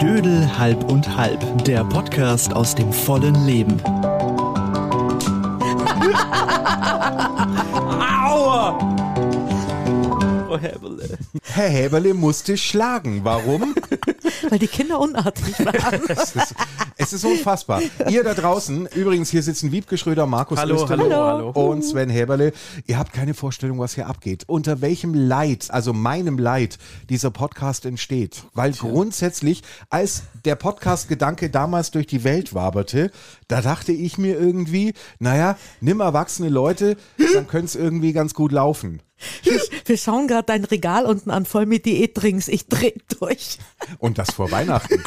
Dödel halb und halb, der Podcast aus dem vollen Leben. Aua! Oh, Häberle. Herr Häberle musste schlagen. Warum? Weil die Kinder unartig waren. es, ist, es ist unfassbar. Ihr da draußen, übrigens, hier sitzen Wiebke Schröder, Markus Hallo, Österle hallo, hallo. und Sven Häberle. Ihr habt keine Vorstellung, was hier abgeht. Unter welchem Leid, also meinem Leid, dieser Podcast entsteht. Weil grundsätzlich, als der Podcast-Gedanke damals durch die Welt waberte, da dachte ich mir irgendwie, naja, nimm erwachsene Leute, dann könnte es irgendwie ganz gut laufen. Wir schauen gerade dein Regal unten an, voll mit Diätdrinks. Ich dreh durch. Und das vor Weihnachten.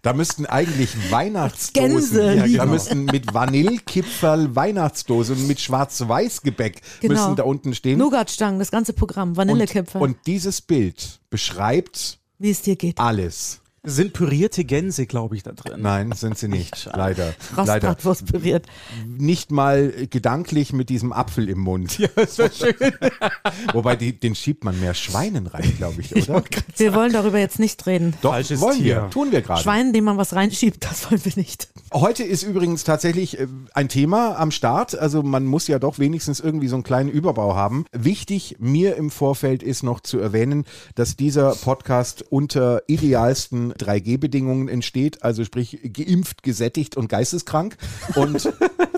Da müssten eigentlich Weihnachtsdosen, Gänse ja, liegen. da müssten mit Vanillekipferl Weihnachtsdosen und mit Schwarz-Weiß-Gebäck Genau. müssen da unten stehen. Nougatstangen, das ganze Programm, und, Vanillekipferl, und dieses Bild beschreibt wie es dir geht. alles. Sind pürierte Gänse, glaube ich, da drin. Nein, sind sie nicht. Leider. Leider. Rostbratwurst püriert. Nicht mal gedanklich mit diesem Apfel im Mund. Ja, das war schön. Wobei, die, den schiebt man mehr Schweinen rein, glaube ich, oder? Wir wollen darüber jetzt nicht reden. Doch, Falsches wollen wir. Tier. Tun wir gerade. Schweinen, dem man was reinschiebt, das wollen wir nicht. Heute ist übrigens tatsächlich äh, ein Thema am Start. Also man muss ja doch wenigstens irgendwie so einen kleinen Überbau haben. Wichtig mir im Vorfeld ist noch zu erwähnen, dass dieser Podcast unter idealsten 3G-Bedingungen entsteht. Also sprich geimpft, gesättigt und geisteskrank. Und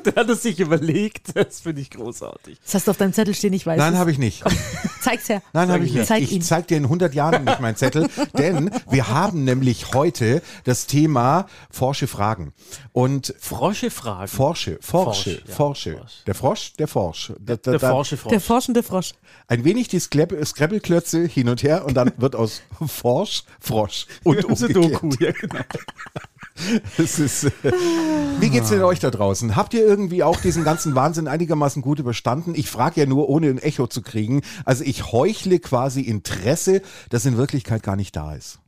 Der hat es sich überlegt. Das finde ich großartig. Das hast du auf deinem Zettel stehen, ich weiß nein, es. habe ich nicht. Zeig's her. Nein, habe ich nicht. Zeig ich ihn. zeig dir in 100 Jahren nicht meinen Zettel, denn wir haben nämlich heute das Thema Forsche Fragen. Und Frosche fragen. Forsche, Forsche, Forsch, ja, Forsche. Forsch. Der Frosch, der Forsch. Der, Der Forsche Der Frosch. forschende Frosch. Ein wenig die Skleb- Scrabble-Klötze hin und her und dann wird aus Forsch Frosch und Unsere umgekehrt. Doku. Ja, genau. Das ist, äh, wie geht's denn euch da draußen? Habt ihr irgendwie auch diesen ganzen Wahnsinn einigermaßen gut überstanden? Ich frage ja nur, ohne ein Echo zu kriegen. Also ich heuchle quasi Interesse, das in Wirklichkeit gar nicht da ist.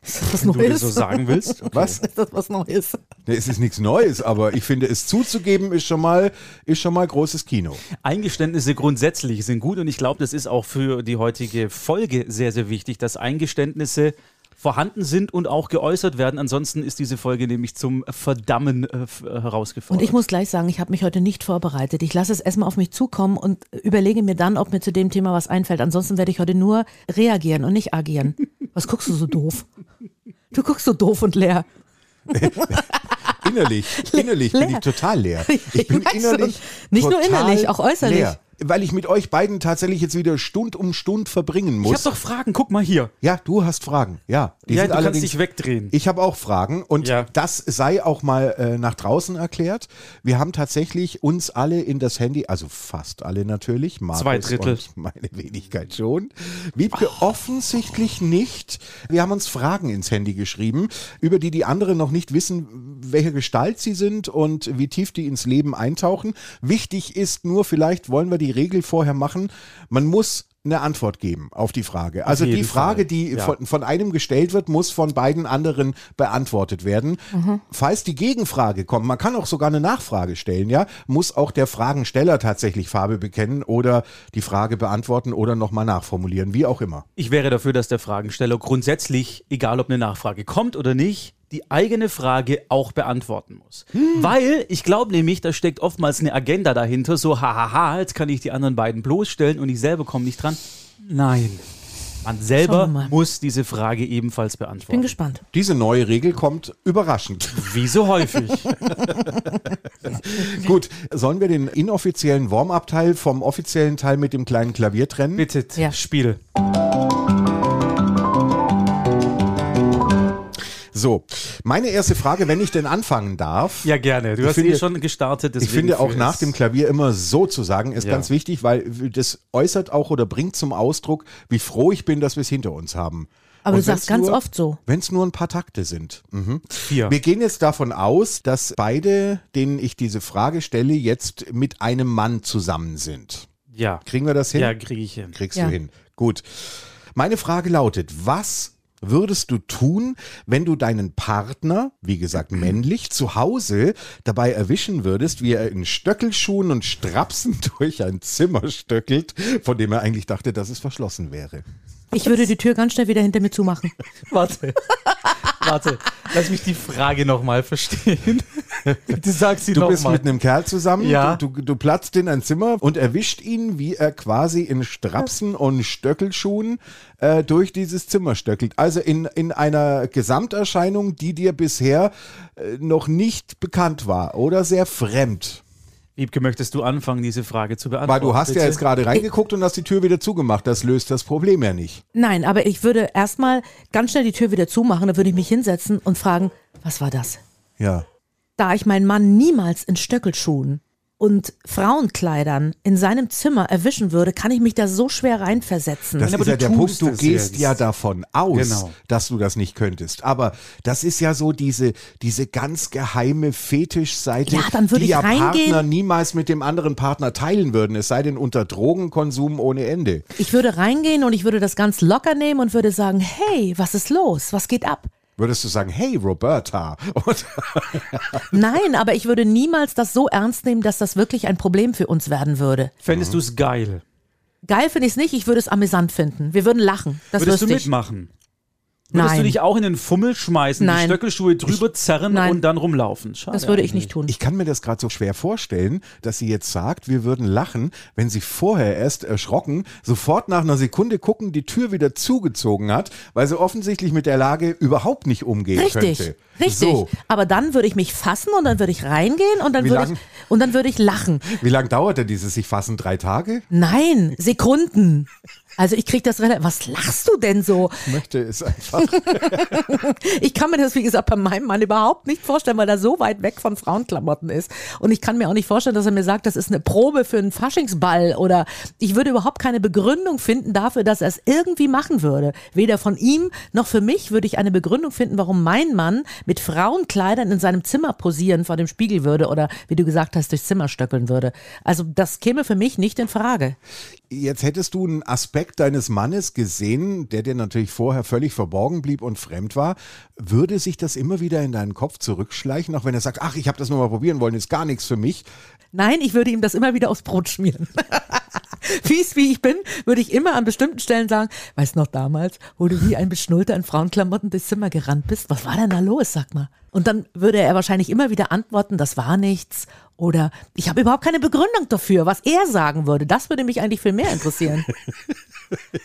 Ist das was Wenn du das Neues? so sagen willst. Okay. Was? Ist das was Neues? Ne, Es ist nichts Neues, aber ich finde, es zuzugeben ist schon mal, ist schon mal großes Kino. Eingeständnisse grundsätzlich sind gut und ich glaube, das ist auch für die heutige Folge sehr, sehr wichtig, dass Eingeständnisse vorhanden sind und auch geäußert werden. Ansonsten ist diese Folge nämlich zum Verdammen äh, f- äh, herausgefordert. Und ich muss gleich sagen, ich habe mich heute nicht vorbereitet. Ich lasse es erstmal auf mich zukommen und überlege mir dann, ob mir zu dem Thema was einfällt. Ansonsten werde ich heute nur reagieren und nicht agieren. Was guckst du so doof? Du guckst so doof und leer. Innerlich, innerlich bin ich leer. total leer. Ich bin weiß innerlich. schon. Nicht nur total innerlich, auch äußerlich. Leer, weil ich mit euch beiden tatsächlich jetzt wieder Stund um Stund verbringen ich habe muss. doch Fragen, guck mal hier. ja, du hast Fragen. Ja, die ja, sind du kannst allerdings. dich wegdrehen. ich habe auch Fragen und Ja. das sei auch mal äh, nach draußen erklärt. Wir haben tatsächlich uns alle in das Handy, also fast alle natürlich, Markus Zwei Drittel. und meine Wenigkeit schon. Wiebke offensichtlich nicht. Wir haben uns Fragen ins Handy geschrieben, über die die anderen noch nicht wissen, welche Gestalt sie sind und wie tief die ins Leben eintauchen. Wichtig ist nur, vielleicht wollen wir die Regel vorher machen, man muss eine Antwort geben auf die Frage. Also die jeden Frage, Fall. die Ja. von, von einem gestellt wird, muss von beiden anderen beantwortet werden. Falls die Gegenfrage kommt, man kann auch sogar eine Nachfrage stellen, ja, muss auch der Fragensteller tatsächlich Farbe bekennen oder die Frage beantworten oder nochmal nachformulieren, wie auch immer. Ich wäre dafür, dass der Fragensteller grundsätzlich, egal ob eine Nachfrage kommt oder nicht, die eigene Frage auch beantworten muss. Weil ich glaube nämlich, da steckt oftmals eine Agenda dahinter, so hahaha, jetzt kann ich die anderen beiden bloßstellen und ich selber komme nicht dran. Nein. Man selber Schauen wir mal. muss diese Frage ebenfalls Bin beantworten. gespannt. Diese neue Regel kommt überraschend. Wie so häufig. Gut, sollen wir den inoffiziellen Warm-up-Teil vom offiziellen Teil mit dem kleinen Klavier trennen? Bitte, Ja. Spiel. So, meine erste Frage, wenn ich denn anfangen darf. Ja, gerne. Du Ich hast finde- eh schon gestartet. Ich deswegen finde auch für nach es- dem Klavier immer so zu sagen, ist Ja. ganz wichtig, weil das äußert auch oder bringt zum Ausdruck, wie froh ich bin, dass wir es hinter uns haben. Aber Und du sagst wenn's ganz nur, oft so. Wenn es nur ein paar Takte sind. Mhm. Vier. Wir gehen jetzt davon aus, dass beide, denen ich diese Frage stelle, jetzt mit einem Mann zusammen sind. Ja, Kriegen wir das hin? ja kriege ich hin. Kriegst Ja. du hin. Gut. Meine Frage lautet, was würdest du tun, wenn du deinen Partner, wie gesagt männlich, zu Hause dabei erwischen würdest, wie er in Stöckelschuhen und Strapsen durch ein Zimmer stöckelt, von dem er eigentlich dachte, dass es verschlossen wäre? Ich würde die Tür ganz schnell wieder hinter mir zumachen. Warte. Warte. Lass mich die Frage nochmal verstehen. Bitte sag sie Du nochmal. bist mit einem Kerl zusammen, Ja. du, du, du platzt in ein Zimmer und erwischt ihn, wie er quasi in Strapsen und Stöckelschuhen äh, durch dieses Zimmer stöckelt. Also in, in einer Gesamterscheinung, die dir bisher äh, noch nicht bekannt war oder sehr fremd. Wiebke, möchtest du anfangen, diese Frage zu beantworten? Weil du hast bitte? ja jetzt gerade reingeguckt und hast die Tür wieder zugemacht. Das löst das Problem ja nicht. Nein, aber ich würde erstmal ganz schnell die Tür wieder zumachen, dann würde ich mich hinsetzen und fragen, was war das? Ja. Da ich meinen Mann niemals in Stöckelschuhen und Frauenkleidern in seinem Zimmer erwischen würde, kann ich mich da so schwer reinversetzen. Das Nein, Mhm. aber ist ja du der Punkt, tust du es gehst jetzt. ja davon aus, Genau. dass du das nicht könntest. Aber das ist ja so diese, diese ganz geheime Fetischseite, Ja, dann würde die ich ja reingehen. Partner niemals mit dem anderen Partner teilen würden, es sei denn unter Drogenkonsum ohne Ende. ich würde reingehen und ich würde das ganz locker nehmen und würde sagen, hey, was ist los? Was geht ab? Würdest du sagen, hey Roberta, und Nein, aber ich würde niemals das so ernst nehmen, dass das wirklich ein Problem für uns werden würde. Fändest du es geil? Geil finde ich es nicht, ich würde es amüsant finden. Wir würden lachen. Das Würdest du wüsste ich. mitmachen? Würdest Nein, du dich auch in den Fummel schmeißen, die Nein. Stöckelschuhe drüber zerren Nein. und dann rumlaufen? Schade das würde ich nicht tun. ich kann mir das gerade so schwer vorstellen, dass sie jetzt sagt, wir würden lachen, wenn sie vorher erst erschrocken, sofort nach einer Sekunde gucken, die Tür wieder zugezogen hat, weil sie offensichtlich mit der Lage überhaupt nicht umgehen Richtig, könnte. richtig. So. Aber dann würde ich mich fassen und dann würde ich reingehen und dann Wie würde lang? ich und dann würde ich lachen. Wie lange dauert denn dieses sich fassen? Drei Tage? Nein, Sekunden. Also ich krieg das relativ. Was lachst du denn so? Ich möchte es einfach. Ich kann mir das, wie gesagt, bei meinem Mann überhaupt nicht vorstellen, weil er so weit weg von Frauenklamotten ist. Und ich kann mir auch nicht vorstellen, dass er mir sagt, das ist eine Probe für einen Faschingsball oder ich würde überhaupt keine Begründung finden dafür, dass er es irgendwie machen würde. Weder von ihm noch für mich würde ich eine Begründung finden, warum mein Mann mit Frauenkleidern in seinem Zimmer posieren vor dem Spiegel würde oder, wie du gesagt hast, durchs Zimmer stöckeln würde. Also das käme für mich nicht in Frage. Jetzt hättest du einen Aspekt deines Mannes gesehen, der dir natürlich vorher völlig verborgen blieb und fremd war. Würde sich das immer wieder in deinen Kopf zurückschleichen, auch wenn er sagt, ach, ich habe das nur mal probieren wollen, ist gar nichts für mich. Nein, ich würde ihm das immer wieder aufs Brot schmieren. Fies wie ich bin, würde ich immer an bestimmten Stellen sagen, weißt noch damals, wo du wie ein Beschnullter in Frauenklamotten durchs Zimmer gerannt bist, was war denn da los, sag mal. Und dann würde er wahrscheinlich immer wieder antworten, das war nichts oder ich habe überhaupt keine Begründung dafür, was er sagen würde. Das würde mich eigentlich viel mehr interessieren,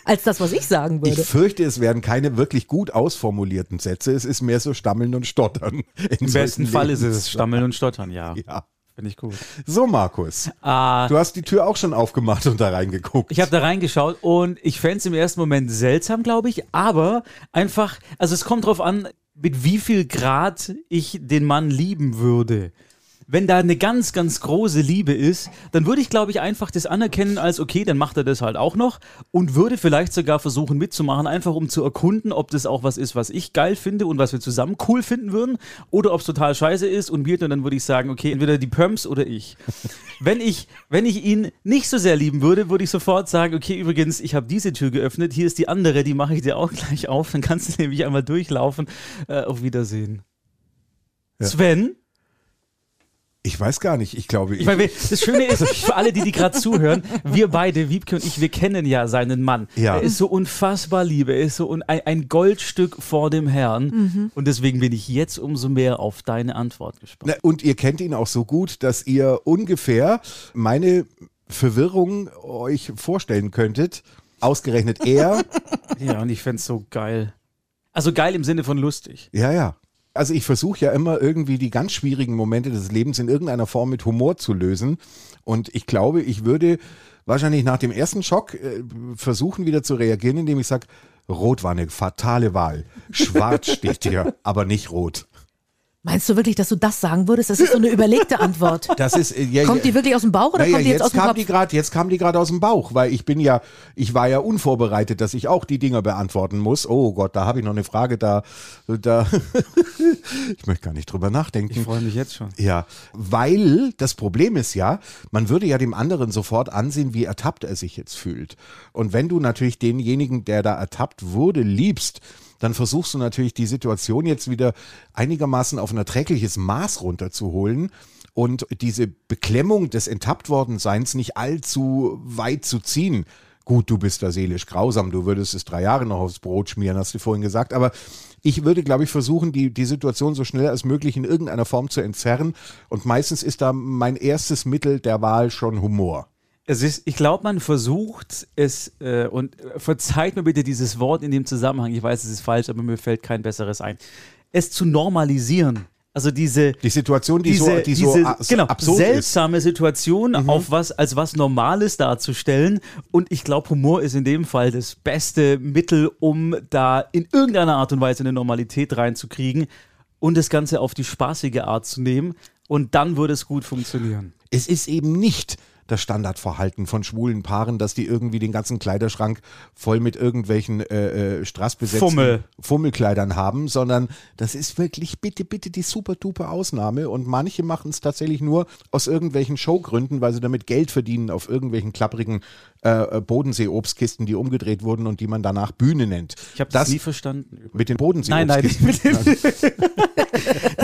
als das, was ich sagen Ich würde. fürchte, es werden keine wirklich gut ausformulierten Sätze. Es ist mehr so Stammeln und Stottern. Im besten Fall ist es Stammeln und Stottern, ja. Ja. Finde ich gut. So, Markus. Du hast die Tür auch schon aufgemacht und da reingeguckt. Ah. Ich habe da reingeschaut und ich fänd's im ersten Moment seltsam, glaube ich, aber einfach, also es kommt drauf an, mit wie viel Grad ich den Mann lieben würde. Wenn da eine ganz, ganz große Liebe ist, dann würde ich, glaube ich, einfach das anerkennen als, okay, dann macht er das halt auch noch und würde vielleicht sogar versuchen mitzumachen, einfach um zu erkunden, ob das auch was ist, was ich geil finde und was wir zusammen cool finden würden oder ob es total scheiße ist und wir, und dann würde ich sagen, okay, entweder die Pumps oder ich. Wenn ich, wenn ich ihn nicht so sehr lieben würde, würde ich sofort sagen, okay, übrigens, ich habe diese Tür geöffnet, hier ist die andere, die mache ich dir auch gleich auf, dann kannst du nämlich einmal durchlaufen. Äh, auf Wiedersehen. Sven, Ich weiß gar nicht. Ich glaube, ich meine, wir- das Schöne ist, für alle, die, die gerade zuhören, wir beide, Wiebke und ich, wir kennen ja seinen Mann. Ja. Er ist so unfassbar lieb, er ist so un, ein, ein Goldstück vor dem Herrn. Und deswegen bin ich jetzt umso mehr auf deine Antwort gespannt. Na, und ihr kennt ihn auch so gut, dass ihr ungefähr meine Verwirrung euch vorstellen könntet. Ausgerechnet er. Ja, und ich fände es so geil. Also geil im Sinne von lustig. ja, ja. Also ich versuche ja immer irgendwie die ganz schwierigen Momente des Lebens in irgendeiner Form mit Humor zu lösen. Und ich glaube, ich würde wahrscheinlich nach dem ersten Schock äh, versuchen wieder zu reagieren, indem ich sage, Rot war eine fatale Wahl. Schwarz steht dir, aber nicht rot. Meinst du wirklich, dass du das sagen würdest? Das ist so eine überlegte Antwort. Das ist äh, ja, Kommt ja- die wirklich aus dem Bauch oder Naja, kommt die jetzt, jetzt, aus dem kam Kopf? die grad, jetzt kam die gerade aus dem Bauch, weil ich bin ja, ich war ja unvorbereitet, dass ich auch die Dinger beantworten muss. Oh Gott, da habe ich noch eine Frage, da, da, ich möchte gar nicht drüber Ich nachdenken. freue mich jetzt schon. Ja, weil das Problem ist ja, man würde ja dem anderen sofort ansehen, wie ertappt er sich jetzt fühlt. Und wenn du natürlich denjenigen, der da ertappt wurde, liebst, dann versuchst du natürlich die Situation jetzt wieder einigermaßen auf ein erträgliches Maß runterzuholen und diese Beklemmung des Enttapptwordenseins nicht allzu weit zu ziehen. Gut, du bist da seelisch grausam, du würdest es drei Jahre noch aufs Brot schmieren, hast du vorhin gesagt, aber ich würde, glaube ich, versuchen, die, die Situation so schnell als möglich in irgendeiner Form zu entzerren und meistens ist da mein erstes Mittel der Wahl schon Humor. Es ist, ich glaube, man versucht es, äh, und äh, verzeiht mir bitte dieses Wort in dem Zusammenhang, ich weiß, es ist falsch, aber mir fällt kein besseres ein, es zu normalisieren. Also diese, Die Situation, die so, die so a- so genau, absurd ist. Mhm. seltsame Situation auf was, als was Normales darzustellen. Und ich glaube, Humor ist in dem Fall das beste Mittel, um da in irgendeiner Art und Weise eine Normalität reinzukriegen und das Ganze auf die spaßige Art zu nehmen. Und dann würde es gut funktionieren. Es ist eben nicht das Standardverhalten von schwulen Paaren, dass die irgendwie den ganzen Kleiderschrank voll mit irgendwelchen äh, äh, straßbesetzten Fummel. Fummelkleidern haben, sondern das ist wirklich bitte, bitte die super duper Ausnahme. Und manche machen es tatsächlich nur aus irgendwelchen Showgründen, weil sie damit Geld verdienen auf irgendwelchen klapprigen äh, äh, Bodensee-Obstkisten, die umgedreht wurden und die man danach Bühne nennt. Ich habe das, nie verstanden. mit den Bodensee. Nein, nein, nicht mit dem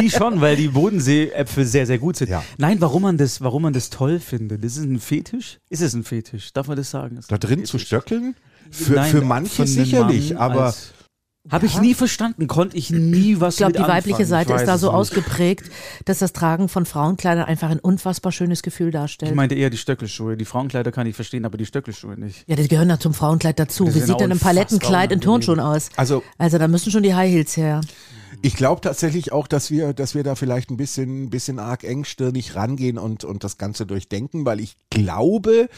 die schon, weil die Bodenseeäpfel sehr, sehr gut sind. Ja. Nein, warum man, das, warum man das toll findet. Ist es ein Fetisch? Ist es ein Fetisch? Darf man das sagen? Ist Da es ein drin Fetisch? zu stöckeln? Für, Nein, für manche von einem sicherlich, Mann aber. als- Habe ich nie verstanden, konnte ich nie was Ich glaube, mit die weibliche anfangen. Seite Ich ist da weiß so es nicht. ausgeprägt, dass das Tragen von Frauenkleidern einfach ein unfassbar schönes Gefühl darstellt. Ich meinte eher die Stöckelschuhe. Die Frauenkleider kann ich verstehen, aber die Stöckelschuhe nicht. ja, das gehören da zum Frauenkleid dazu. Das Wie ist sieht auch denn ein unfassbar Palettenkleid in unangenehm. Turnschuhen aus? Also Also da müssen schon die High Heels her. Ich glaube tatsächlich auch, dass wir, dass wir da vielleicht ein bisschen, bisschen arg engstirnig rangehen und, und das Ganze durchdenken, weil ich glaube,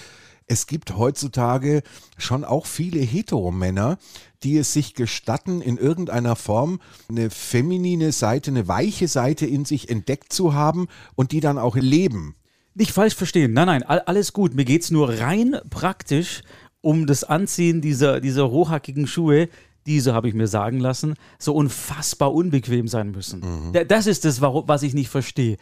es gibt heutzutage schon auch viele Heteromänner, die es sich gestatten, in irgendeiner Form eine feminine Seite, eine weiche Seite in sich entdeckt zu haben und die dann auch leben. Nicht falsch verstehen. Nein, nein, all, alles gut. Mir geht es nur rein praktisch um das Anziehen dieser, dieser hochhackigen Schuhe, die, so habe ich mir sagen lassen, so unfassbar unbequem sein müssen. Da- Das ist das, warum, was ich nicht verstehe.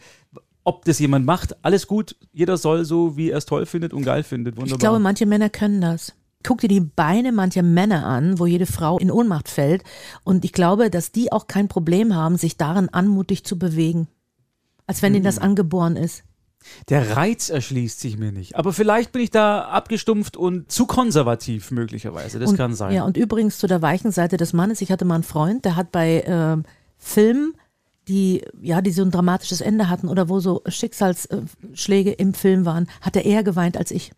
Ob das jemand macht, alles gut. Jeder soll so, wie er es toll findet und geil findet. Wunderbar. Ich glaube, manche Männer können das. Guck dir die Beine mancher Männer an, wo jede Frau in Ohnmacht fällt. Und ich glaube, dass die auch kein Problem haben, sich darin anmutig zu bewegen. Als wenn ihnen Mhm. das angeboren ist. Der Reiz erschließt sich mir nicht. Aber vielleicht bin ich da abgestumpft und zu konservativ möglicherweise. Das und, kann sein. Ja, und übrigens zu der weichen Seite des Mannes. Ich hatte mal einen Freund, der hat bei ähm, Filmen, die, ja, die so ein dramatisches Ende hatten oder wo so Schicksalsschläge im Film waren, hat er eher geweint als ich.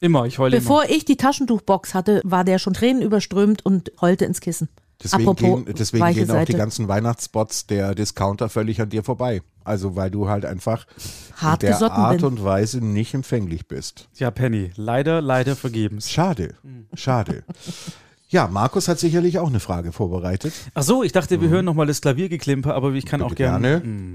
Immer, ich heule immer. Bevor ich die Taschentuchbox hatte, war der schon Tränen überströmt und heulte ins Kissen. Deswegen Apropos gehen, deswegen weiche gehen auch die Seite. ganzen Weihnachtsspots der Discounter völlig an dir vorbei. Also weil du halt einfach Hart in der gesotten Art bin. und Weise nicht empfänglich bist. Tja, Penny, leider, leider vergebens. Schade, schade. Ja, Markus hat sicherlich auch eine Frage vorbereitet. Ach so, ich dachte, wir hören nochmal das Klaviergeklimper, aber ich kann auch Mhm. Bitte gerne. Mhm.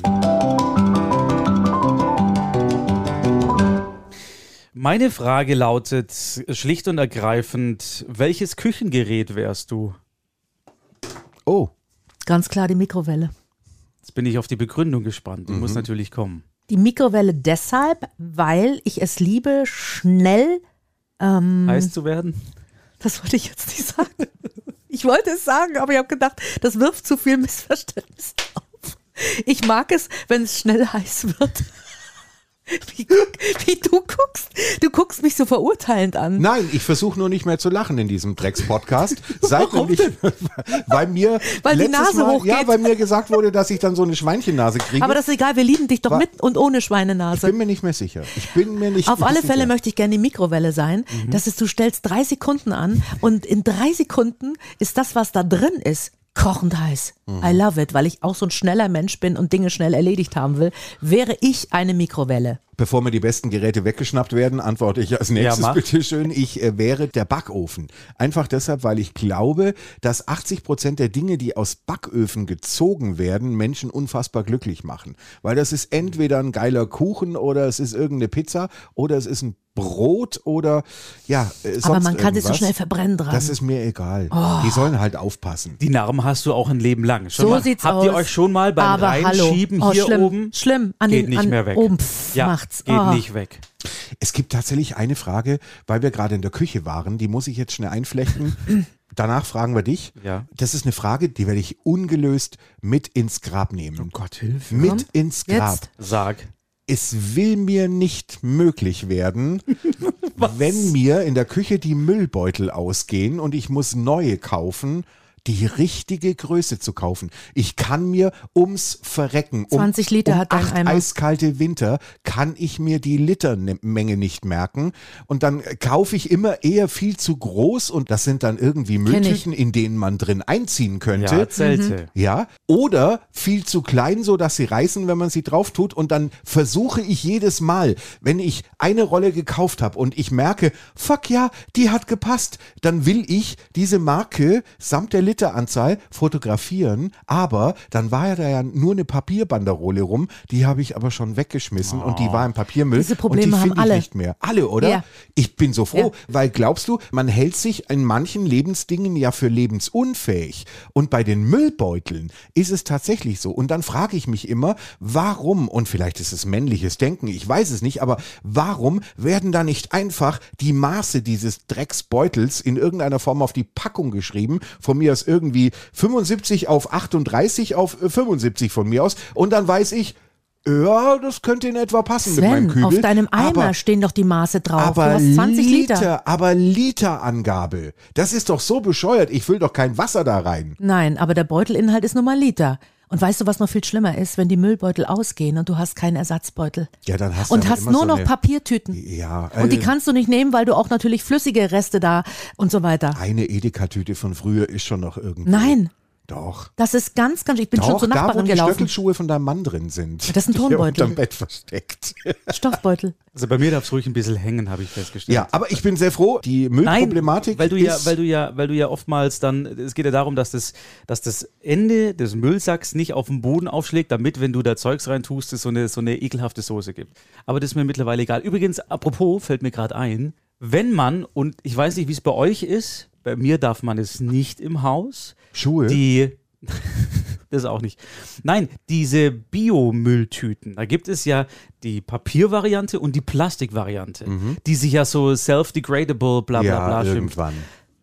Meine Frage lautet schlicht und ergreifend: Welches Küchengerät wärst du? Oh, Ganz klar die Mikrowelle. Jetzt bin ich auf die Begründung gespannt. Die muss Mhm. natürlich kommen. Die Mikrowelle deshalb, weil ich es liebe, schnell. Mhm. Heiß zu werden? Das wollte ich jetzt nicht sagen. Ich wollte es sagen, aber ich habe gedacht, das wirft zu viel Missverständnis auf. Ich mag es, wenn es schnell heiß wird. Wie, guck- wie du guckst. Du guckst mich so verurteilend an. nein, ich versuche nur nicht mehr zu lachen in diesem Drecks-Podcast. Seit nämlich, weil mir Weil die letztes Nase Mal, hochgeht. Ja, weil mir gesagt wurde, dass ich dann so eine Schweinchennase kriege. aber das ist egal, wir lieben dich doch Wa- mit und ohne ich bin Schweinenase. mir nicht mehr sicher. Ich bin mir nicht Auf mehr alle sicher. Fälle möchte ich gerne die Mikrowelle sein. Das ist, du stellst drei Sekunden an und in drei Sekunden ist das, was da drin ist, kochend heiß. I love it, weil ich auch so ein schneller Mensch bin und Dinge schnell erledigt haben will. Wäre ich eine Mikrowelle? Bevor mir die besten Geräte weggeschnappt werden, antworte ich als nächstes mach. bitteschön, ich äh, wäre der Backofen. Einfach deshalb, weil ich glaube, dass 80 Prozent der Dinge, die aus Backöfen gezogen werden, Menschen unfassbar glücklich machen. Weil das ist entweder ein geiler Kuchen oder es ist irgendeine Pizza oder es ist ein Brot oder ja, äh, sonst Aber man kann irgendwas. sich so schnell Oh. verbrennen dran. Das ist mir egal. Die sollen halt aufpassen. Die Narben hast du auch ein Leben lang. Schon so mal, sieht's habt aus. ihr euch schon mal beim Aber Reinschieben hallo. Oh, hier schlimm, oben? Schlimm, an geht den, nicht an, mehr weg. Oben, pff, ja, macht's. Geht Ah. nicht weg. Es gibt tatsächlich eine Frage, weil wir gerade in der Küche waren, die muss ich jetzt schnell einflechten. Danach fragen wir dich. Ja. Das ist eine Frage, die werde ich ungelöst mit ins Grab nehmen. Oh Gott, Hilfe. Mit ins Grab. Jetzt? Sag. Es will mir nicht möglich werden, wenn mir in der Küche die Müllbeutel ausgehen und ich muss neue kaufen, die richtige Größe zu kaufen. Ich kann mir ums Verrecken, um, 20 Liter um hat dein acht Eimer. eiskalte Winter, kann ich mir die Litermenge nicht merken. Und dann kaufe ich immer eher viel zu groß und das sind dann irgendwie Kenn ich. Mülltüten, in denen man drin einziehen könnte. Ja, Mhm. Zelte. Ja, oder viel zu klein, so dass sie reißen, wenn man sie drauf tut. Und dann versuche ich jedes Mal, wenn ich eine Rolle gekauft habe und ich merke, fuck ja, die hat gepasst, dann will ich diese Marke samt der Literanzahl fotografieren. Aber dann war ja da ja nur eine Papierbanderole rum, die habe ich aber schon weggeschmissen und die war im Papiermüll. Oh. Diese Probleme und die haben finde ich alle. nicht mehr. Alle, oder? Ja. Ich bin so froh, Ja. weil glaubst du, man hält sich in manchen Lebensdingen ja für lebensunfähig. Und bei den Müllbeuteln ist es tatsächlich so. Und dann frage ich mich immer, warum, und vielleicht ist es männliches Denken, ich weiß es nicht, aber warum werden da nicht einfach die Maße dieses Drecksbeutels in irgendeiner Form auf die Packung geschrieben? Von mir aus irgendwie 75 auf 38 auf äh, 75 von mir aus. Und dann weiß ich, ja, das könnte in etwa passen mit meinem Sven, Kübel. auf deinem Eimer aber stehen doch die Maße drauf. aber du hast 20 Liter, Liter. aber Literangabe. Das ist doch so bescheuert. Ich will doch kein Wasser da rein. Nein, aber der Beutelinhalt ist nur mal Liter. Und weißt du, was noch viel schlimmer ist, wenn die Müllbeutel ausgehen und du hast keinen Ersatzbeutel. Ja, dann hast du und aber hast immer nur so noch eine- Papiertüten. Ja, Und die äh, kannst du nicht nehmen, weil du auch natürlich flüssige Reste da und so weiter. eine Edeka-Tüte von früher ist schon noch irgendwie. Nein, Doch. das ist ganz, ganz. Ich bin schon Doch, zur da, wo Nachbarin die gelaufen. Stöckelschuhe von deinem Mann drin sind. Das ist ein Die er Turnbeutel. Unterm Bett versteckt. Stoffbeutel. Also bei mir darf es ruhig ein bisschen hängen, habe ich festgestellt. Ja, aber ich bin sehr froh. Die Nein, Müllproblematik weil du ist ja, weil du ja, weil du ja oftmals dann, es geht ja darum, dass das, dass das Ende des Müllsacks nicht auf den Boden aufschlägt, damit, wenn du da Zeugs reintust, es so eine, so eine ekelhafte Soße gibt. Aber das ist mir mittlerweile egal. Übrigens, apropos, fällt mir gerade ein, wenn man, und ich weiß nicht, wie es bei euch ist, bei mir darf man es nicht im Haus, Schuhe. die. das auch nicht. Nein, diese Biomülltüten. Da gibt es ja die Papiervariante und die Plastikvariante, die sich ja so self-degradable, bla bla Mhm. ja, bla schimpft. irgendwann.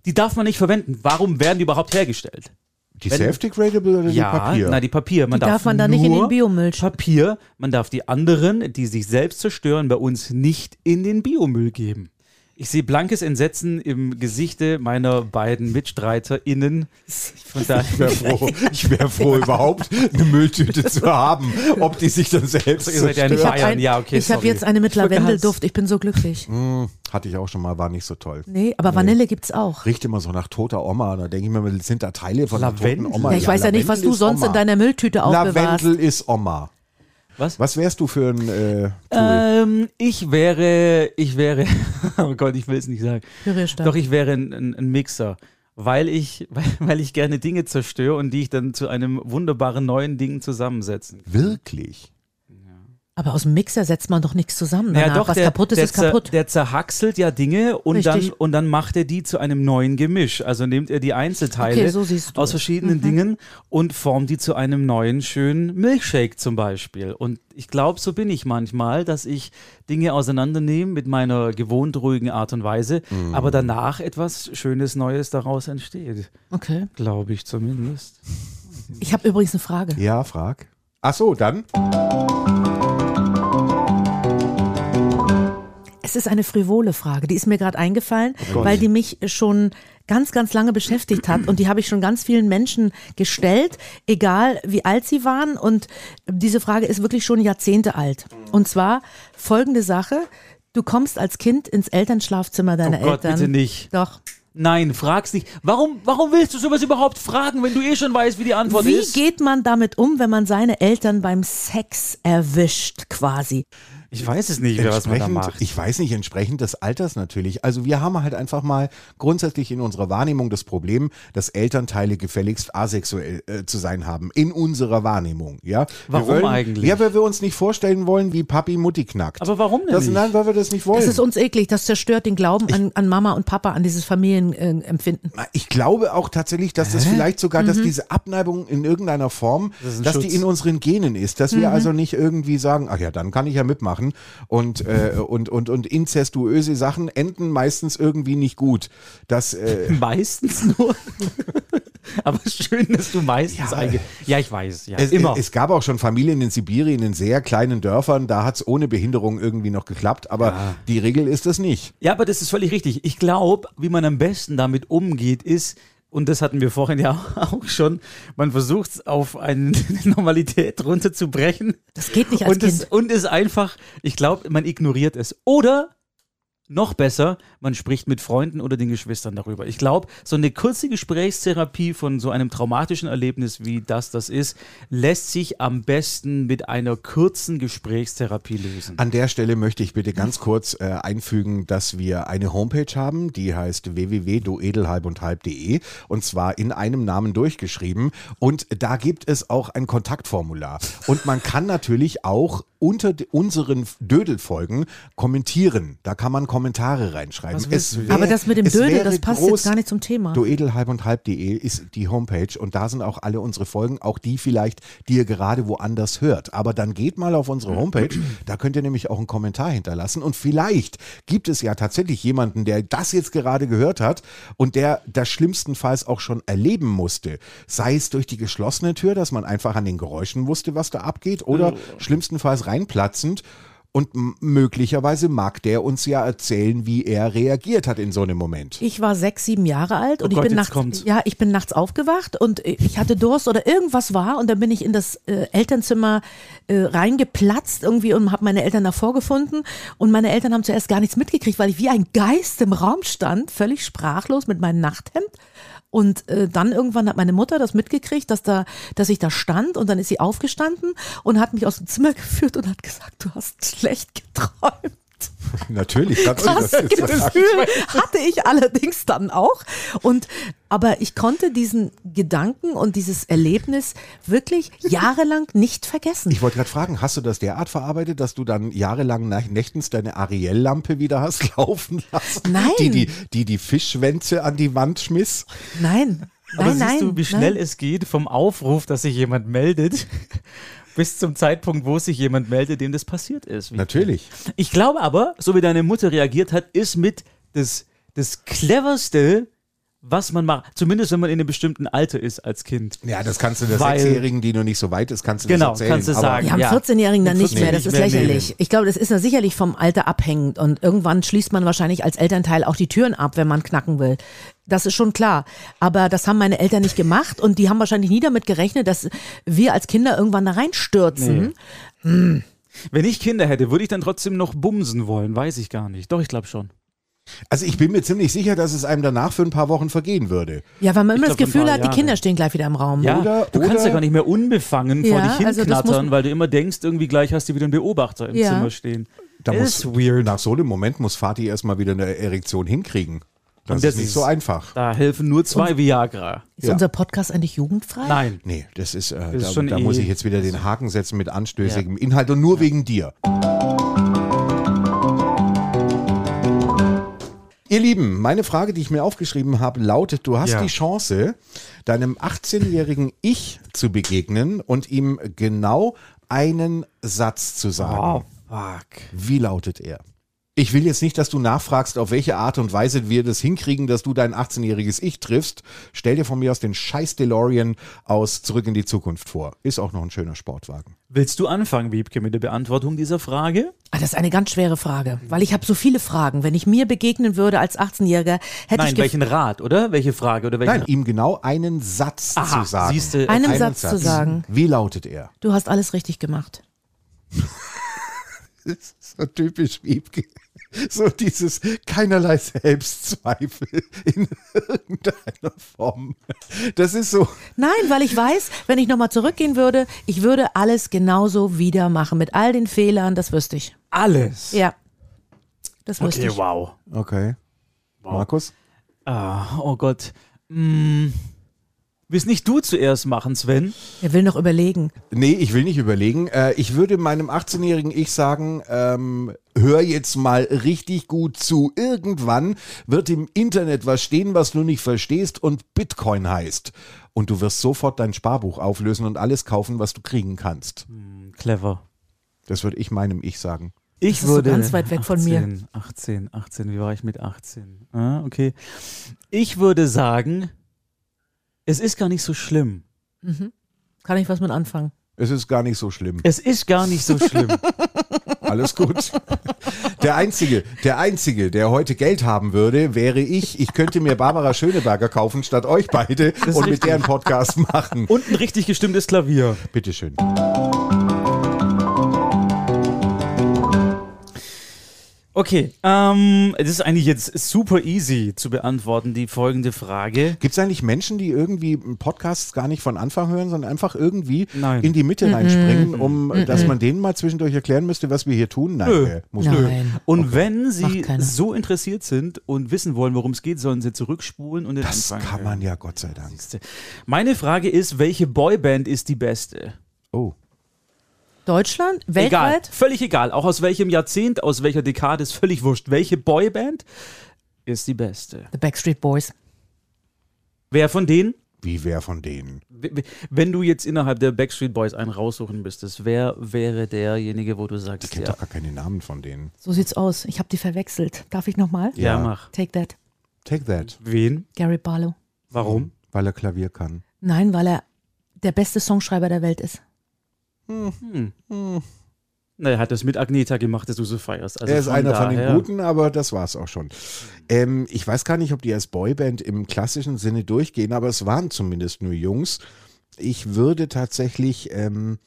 Die darf man nicht verwenden. Warum werden die überhaupt hergestellt? Die Wenn- Self-Degradable oder ja, die Papier? na, die Papier. Man Die darf man dann nur nicht in den Biomüll schmeißen. Papier, man darf die anderen, die sich selbst zerstören, bei uns nicht in den Biomüll geben. Ich sehe blankes Entsetzen im Gesichte meiner beiden MitstreiterInnen. Von daher Ich wäre froh, ich wär froh überhaupt eine Mülltüte zu haben, ob die sich dann selbst Ihr seid ja zerstört. nicht- Ich habe Bayern, ja, okay, hab sorry. jetzt eine mit Ich war ganz- Lavendelduft. Ich bin so glücklich. Hm? Hatte ich auch schon mal, war nicht so toll. Nee, aber Vanille gibt's auch. Riecht immer so nach toter Oma. Da denke ich mir, immer, sind da Teile von Lavendel? der toten Oma. Ja, ich weiß ja nicht, was Lavendel du ist sonst Oma. in deiner Mülltüte aufbewahrst. Lavendel ist Oma. Was? Was wärst du für ein äh, Tool? Ähm, ich wäre, ich wäre, oh Gott, ich will es nicht sagen. Pürierstab. Doch, ich wäre ein, ein, ein Mixer, weil ich, weil, weil ich gerne Dinge zerstöre und die ich dann zu einem wunderbaren neuen Ding zusammensetzen. Wirklich? Aber aus dem Mixer setzt man doch nichts zusammen. Danach. was kaputt ist, der ist kaputt. Der zerhackselt ja Dinge und dann, Richtig. und dann macht er die zu einem neuen Gemisch. Also nimmt er die Einzelteile Okay, so siehst du Mhm. aus es. verschiedenen Dingen und formt die zu einem neuen schönen Milkshake zum Beispiel. Und ich glaube, so bin ich manchmal, dass ich Dinge auseinandernehme mit meiner gewohnt ruhigen Art und Weise, aber danach etwas Schönes Neues daraus entsteht. Okay. Glaube ich zumindest. Ich habe übrigens eine Frage. Ja, frag. Ach so, dann. Es ist eine frivole Frage, die ist mir gerade eingefallen, weil die mich schon ganz, ganz lange beschäftigt hat und die habe ich schon ganz vielen Menschen gestellt, egal wie alt sie waren. Und diese Frage ist wirklich schon Jahrzehnte alt. Und zwar folgende Sache. Du kommst als Kind ins Elternschlafzimmer deiner Oh Gott, Eltern. bitte nicht. Doch. Nein, frag's nicht. Warum, warum willst du sowas überhaupt fragen, wenn du eh schon weißt, wie die Antwort Wie ist? geht man damit um, wenn man seine Eltern beim Sex erwischt, quasi? Ich weiß es nicht, was man da Entsprechend, macht. ich weiß nicht, entsprechend des Alters natürlich. Also wir haben halt einfach mal grundsätzlich in unserer Wahrnehmung das Problem, dass Elternteile gefälligst asexuell äh, zu sein haben. In unserer Wahrnehmung, ja. Warum wir wollen, eigentlich? Ja, weil wir uns nicht vorstellen wollen, wie Papi Mutti knackt. Aber warum denn das, nicht? Nein, weil wir das nicht wollen. Oh. Das ist uns eklig, das zerstört den Glauben an, an Mama und Papa, an dieses Familienempfinden. Ich glaube auch tatsächlich, dass das vielleicht sogar, dass diese Abneigung in irgendeiner Form, Das ist ein dass Schutz. die in unseren Genen ist, dass wir also nicht irgendwie sagen, ach ja, dann kann ich ja mitmachen. Sachen und, äh, und, und, und inzestuöse Sachen enden meistens irgendwie nicht gut. Das, äh, Meistens nur. Aber schön, dass du meistens Ja. einge. Ja, ich weiß. Ja, Es, immer. es gab auch schon Familien in Sibirien in sehr kleinen Dörfern, da hat es ohne Behinderung irgendwie noch geklappt, aber die Regel ist das nicht. Ja, aber das ist völlig richtig. Ich glaube, wie man am besten damit umgeht, ist, und das hatten wir vorhin ja auch schon, man versucht es auf eine Normalität runterzubrechen Das geht nicht als und es, Kind. und es einfach, ich glaube, man ignoriert es. Oder noch besser, man spricht mit Freunden oder den Geschwistern darüber. Ich glaube, so eine kurze Gesprächstherapie von so einem traumatischen Erlebnis wie das das ist, lässt sich am besten mit einer kurzen Gesprächstherapie lösen. An der Stelle möchte ich bitte ganz kurz äh, einfügen, dass wir eine Homepage haben, die heißt www.doedelhalbundhalb.de und zwar in einem Namen durchgeschrieben und da gibt es auch ein Kontaktformular und man kann natürlich auch unter d- unseren Dödelfolgen kommentieren. Da kann man Kommentare reinschreiben. Was willst Es du? wär- Aber das mit dem es Dödel, wäre das passt groß- jetzt gar nicht zum Thema. Duedelhalbundhalb.de ist die Homepage und da sind auch alle unsere Folgen, auch die vielleicht, die ihr gerade woanders hört. Aber dann geht mal auf unsere Homepage, da könnt ihr nämlich auch einen Kommentar hinterlassen und vielleicht gibt es ja tatsächlich jemanden, der das jetzt gerade gehört hat und der das schlimmstenfalls auch schon erleben musste. Sei es durch die geschlossene Tür, dass man einfach an den Geräuschen wusste, was da abgeht oder schlimmstenfalls reinplatzend. Und m- möglicherweise mag der uns ja erzählen, wie er reagiert hat in so einem Moment. Ich war sechs, sieben Jahre alt und Oh Gott, ich bin jetzt nachts, kommt's. ja, ich bin nachts aufgewacht und ich hatte Durst oder irgendwas war und dann bin ich in das äh, Elternzimmer äh, reingeplatzt irgendwie und habe meine Eltern davor gefunden und meine Eltern haben zuerst gar nichts mitgekriegt, weil ich wie ein Geist im Raum stand, völlig sprachlos mit meinem Nachthemd. Und äh, dann irgendwann hat meine Mutter das mitgekriegt, dass da, dass ich da stand und dann ist sie aufgestanden und hat mich aus dem Zimmer geführt und hat gesagt, du hast schlecht geträumt. Natürlich hat sie Das das gesagt. Gefühl hatte ich allerdings dann auch. Und, aber ich konnte diesen Gedanken und dieses Erlebnis wirklich jahrelang nicht vergessen. Ich wollte gerade fragen, hast du das derart verarbeitet, dass du dann jahrelang nach nächtens deine Ariel-Lampe wieder hast laufen lassen? Nein. Die die, die, die Fischschwänze an die Wand schmiss? Nein, Aber nein, siehst nein. du, wie schnell es geht vom Aufruf, dass sich jemand meldet, bis zum Zeitpunkt, wo sich jemand meldet, dem das passiert ist. Natürlich. Ich glaube aber, so wie deine Mutter reagiert hat, ist mit das, das cleverste, was man macht. Zumindest wenn man in einem bestimmten Alter ist als Kind. Ja, das kannst du der Weil- Sechsjährigen, die noch nicht so weit ist, kannst du Genau, das erzählen. kannst du aber sagen. Ja, am Ja. 14-Jährigen dann Am nicht mehr, das 14-Jährigen ist nicht mehr, nee. lächerlich. Ich glaube, das ist ja sicherlich vom Alter abhängend und irgendwann schließt man wahrscheinlich als Elternteil auch die Türen ab, wenn man knacken will. Das ist schon klar. Aber das haben meine Eltern nicht gemacht und die haben wahrscheinlich nie damit gerechnet, dass wir als Kinder irgendwann da reinstürzen. Wenn ich Kinder hätte, würde ich dann trotzdem noch bumsen wollen, weiß ich gar nicht. Doch, ich glaube schon. Also ich bin mir ziemlich sicher, dass es einem danach für ein paar Wochen vergehen würde. Ja, weil man immer Ich das glaub, ein Gefühl paar hat, die Jahre. Kinder stehen gleich wieder im Raum. Ja, Oder- du kannst oder- ja gar nicht mehr unbefangen vor Ja, dich also das hinknattern, muss- weil du immer denkst, irgendwie gleich hast du wieder einen Beobachter im Ja. Zimmer stehen. Da Das muss, Nach so einem Moment muss Fatih erstmal wieder eine Erektion hinkriegen. Das, Und das ist nicht ist- so einfach. Da helfen nur zwei Viagra. Ist Ja. unser Podcast eigentlich jugendfrei? Nein. Nee, das ist, äh, ist da, schon da eh- muss ich jetzt wieder den Haken setzen mit anstößigem Inhalt und nur wegen dir. Ihr Lieben, meine Frage, die ich mir aufgeschrieben habe, lautet, du hast Ja. die Chance, deinem 18-jährigen Ich zu begegnen und ihm genau einen Satz zu sagen. fuck. Wie lautet er? Ich will jetzt nicht, dass du nachfragst, auf welche Art und Weise wir das hinkriegen, dass du dein 18-jähriges Ich triffst. Stell dir von mir aus den scheiß DeLorean aus Zurück in die Zukunft vor. Ist auch noch ein schöner Sportwagen. Willst du anfangen, Wiebke, mit der Beantwortung dieser Frage? Ah, das ist eine ganz schwere Frage, weil ich habe so viele Fragen. Wenn ich mir begegnen würde als 18-Jähriger, hätte ich Nein, ne- gef- welchen Rat, oder? Welche Frage oder welchen Nein, ihm genau einen Satz Aha, zu sagen. siehst du, einem Einen Satz, zu sagen, Wie lautet er? du hast alles richtig gemacht. So typisch Wiebke. So dieses keinerlei Selbstzweifel in irgendeiner Form. Das ist so, Nein, weil ich weiß, wenn ich nochmal zurückgehen würde, ich würde alles genauso wieder machen. Mit all den Fehlern, das wüsste ich. Alles. Ja. Das wüsste Okay, ich. wow. Okay. Markus? Ah, oh Gott. Hm. Willst nicht du zuerst machen, Sven? Er will noch überlegen. Nee, ich will nicht überlegen. Äh, ich würde meinem 18-jährigen Ich sagen, ähm, hör jetzt mal richtig gut zu. Irgendwann wird im Internet was stehen, was du nicht verstehst und Bitcoin heißt. Und du wirst sofort dein Sparbuch auflösen und alles kaufen, was du kriegen kannst. Clever. Das würde ich meinem Ich sagen. Ich Das ist so würde. ganz weit weg von mir. 18, 18, 18, wie war ich mit 18? Ah, okay. Ich würde sagen, es ist gar nicht so schlimm. Kann ich was mit anfangen? Es ist gar nicht so schlimm. Es ist gar nicht so schlimm. Alles gut. Der Einzige, der Einzige, der heute Geld haben würde, wäre ich. Ich könnte mir Barbara Schöneberger kaufen statt euch beide und mit deren Podcast machen. Und ein richtig gestimmtes Klavier. Bitteschön. Okay, ähm, es ist eigentlich jetzt super easy zu beantworten, die folgende Frage. Gibt es eigentlich Menschen, die irgendwie Podcasts gar nicht von Anfang hören, sondern einfach irgendwie Nein. in die Mitte reinspringen, um dass man denen mal zwischendurch erklären müsste, was wir hier tun? Nein, Nö. äh, muss man- Nein. Und wenn Sie Macht keiner. so interessiert sind und wissen wollen, worum es geht, sollen Sie zurückspulen und den Das Anfang kann hören. man ja Gott sei Dank. Meine Frage ist, welche Boyband ist die beste? Oh. Deutschland? Egal, Weltweit? völlig egal. Auch aus welchem Jahrzehnt, aus welcher Dekade, ist völlig wurscht. Welche Boyband ist die beste? The Backstreet Boys. Wer von denen, Wie wer von denen? w- w- wenn du jetzt innerhalb der Backstreet Boys einen raussuchen müsstest, wer wäre derjenige, wo du Ich sagst, kenne ja, doch gar keine Namen von denen. So sieht's aus. Ich habe die verwechselt. Darf ich nochmal? Ja. ja, mach. Take that. Take that. Wen? Gary Barlow. Warum? Weil er Klavier kann. Nein, weil er der beste Songschreiber der Welt ist. Na, er hat das mit Agneta gemacht, dass du so feierst. Also er ist einer von den daher- Guten, aber das war's auch schon. Ähm, ich weiß gar nicht, ob die als Boyband im klassischen Sinne durchgehen, aber es waren zumindest nur Jungs. Ich würde tatsächlich, ähm,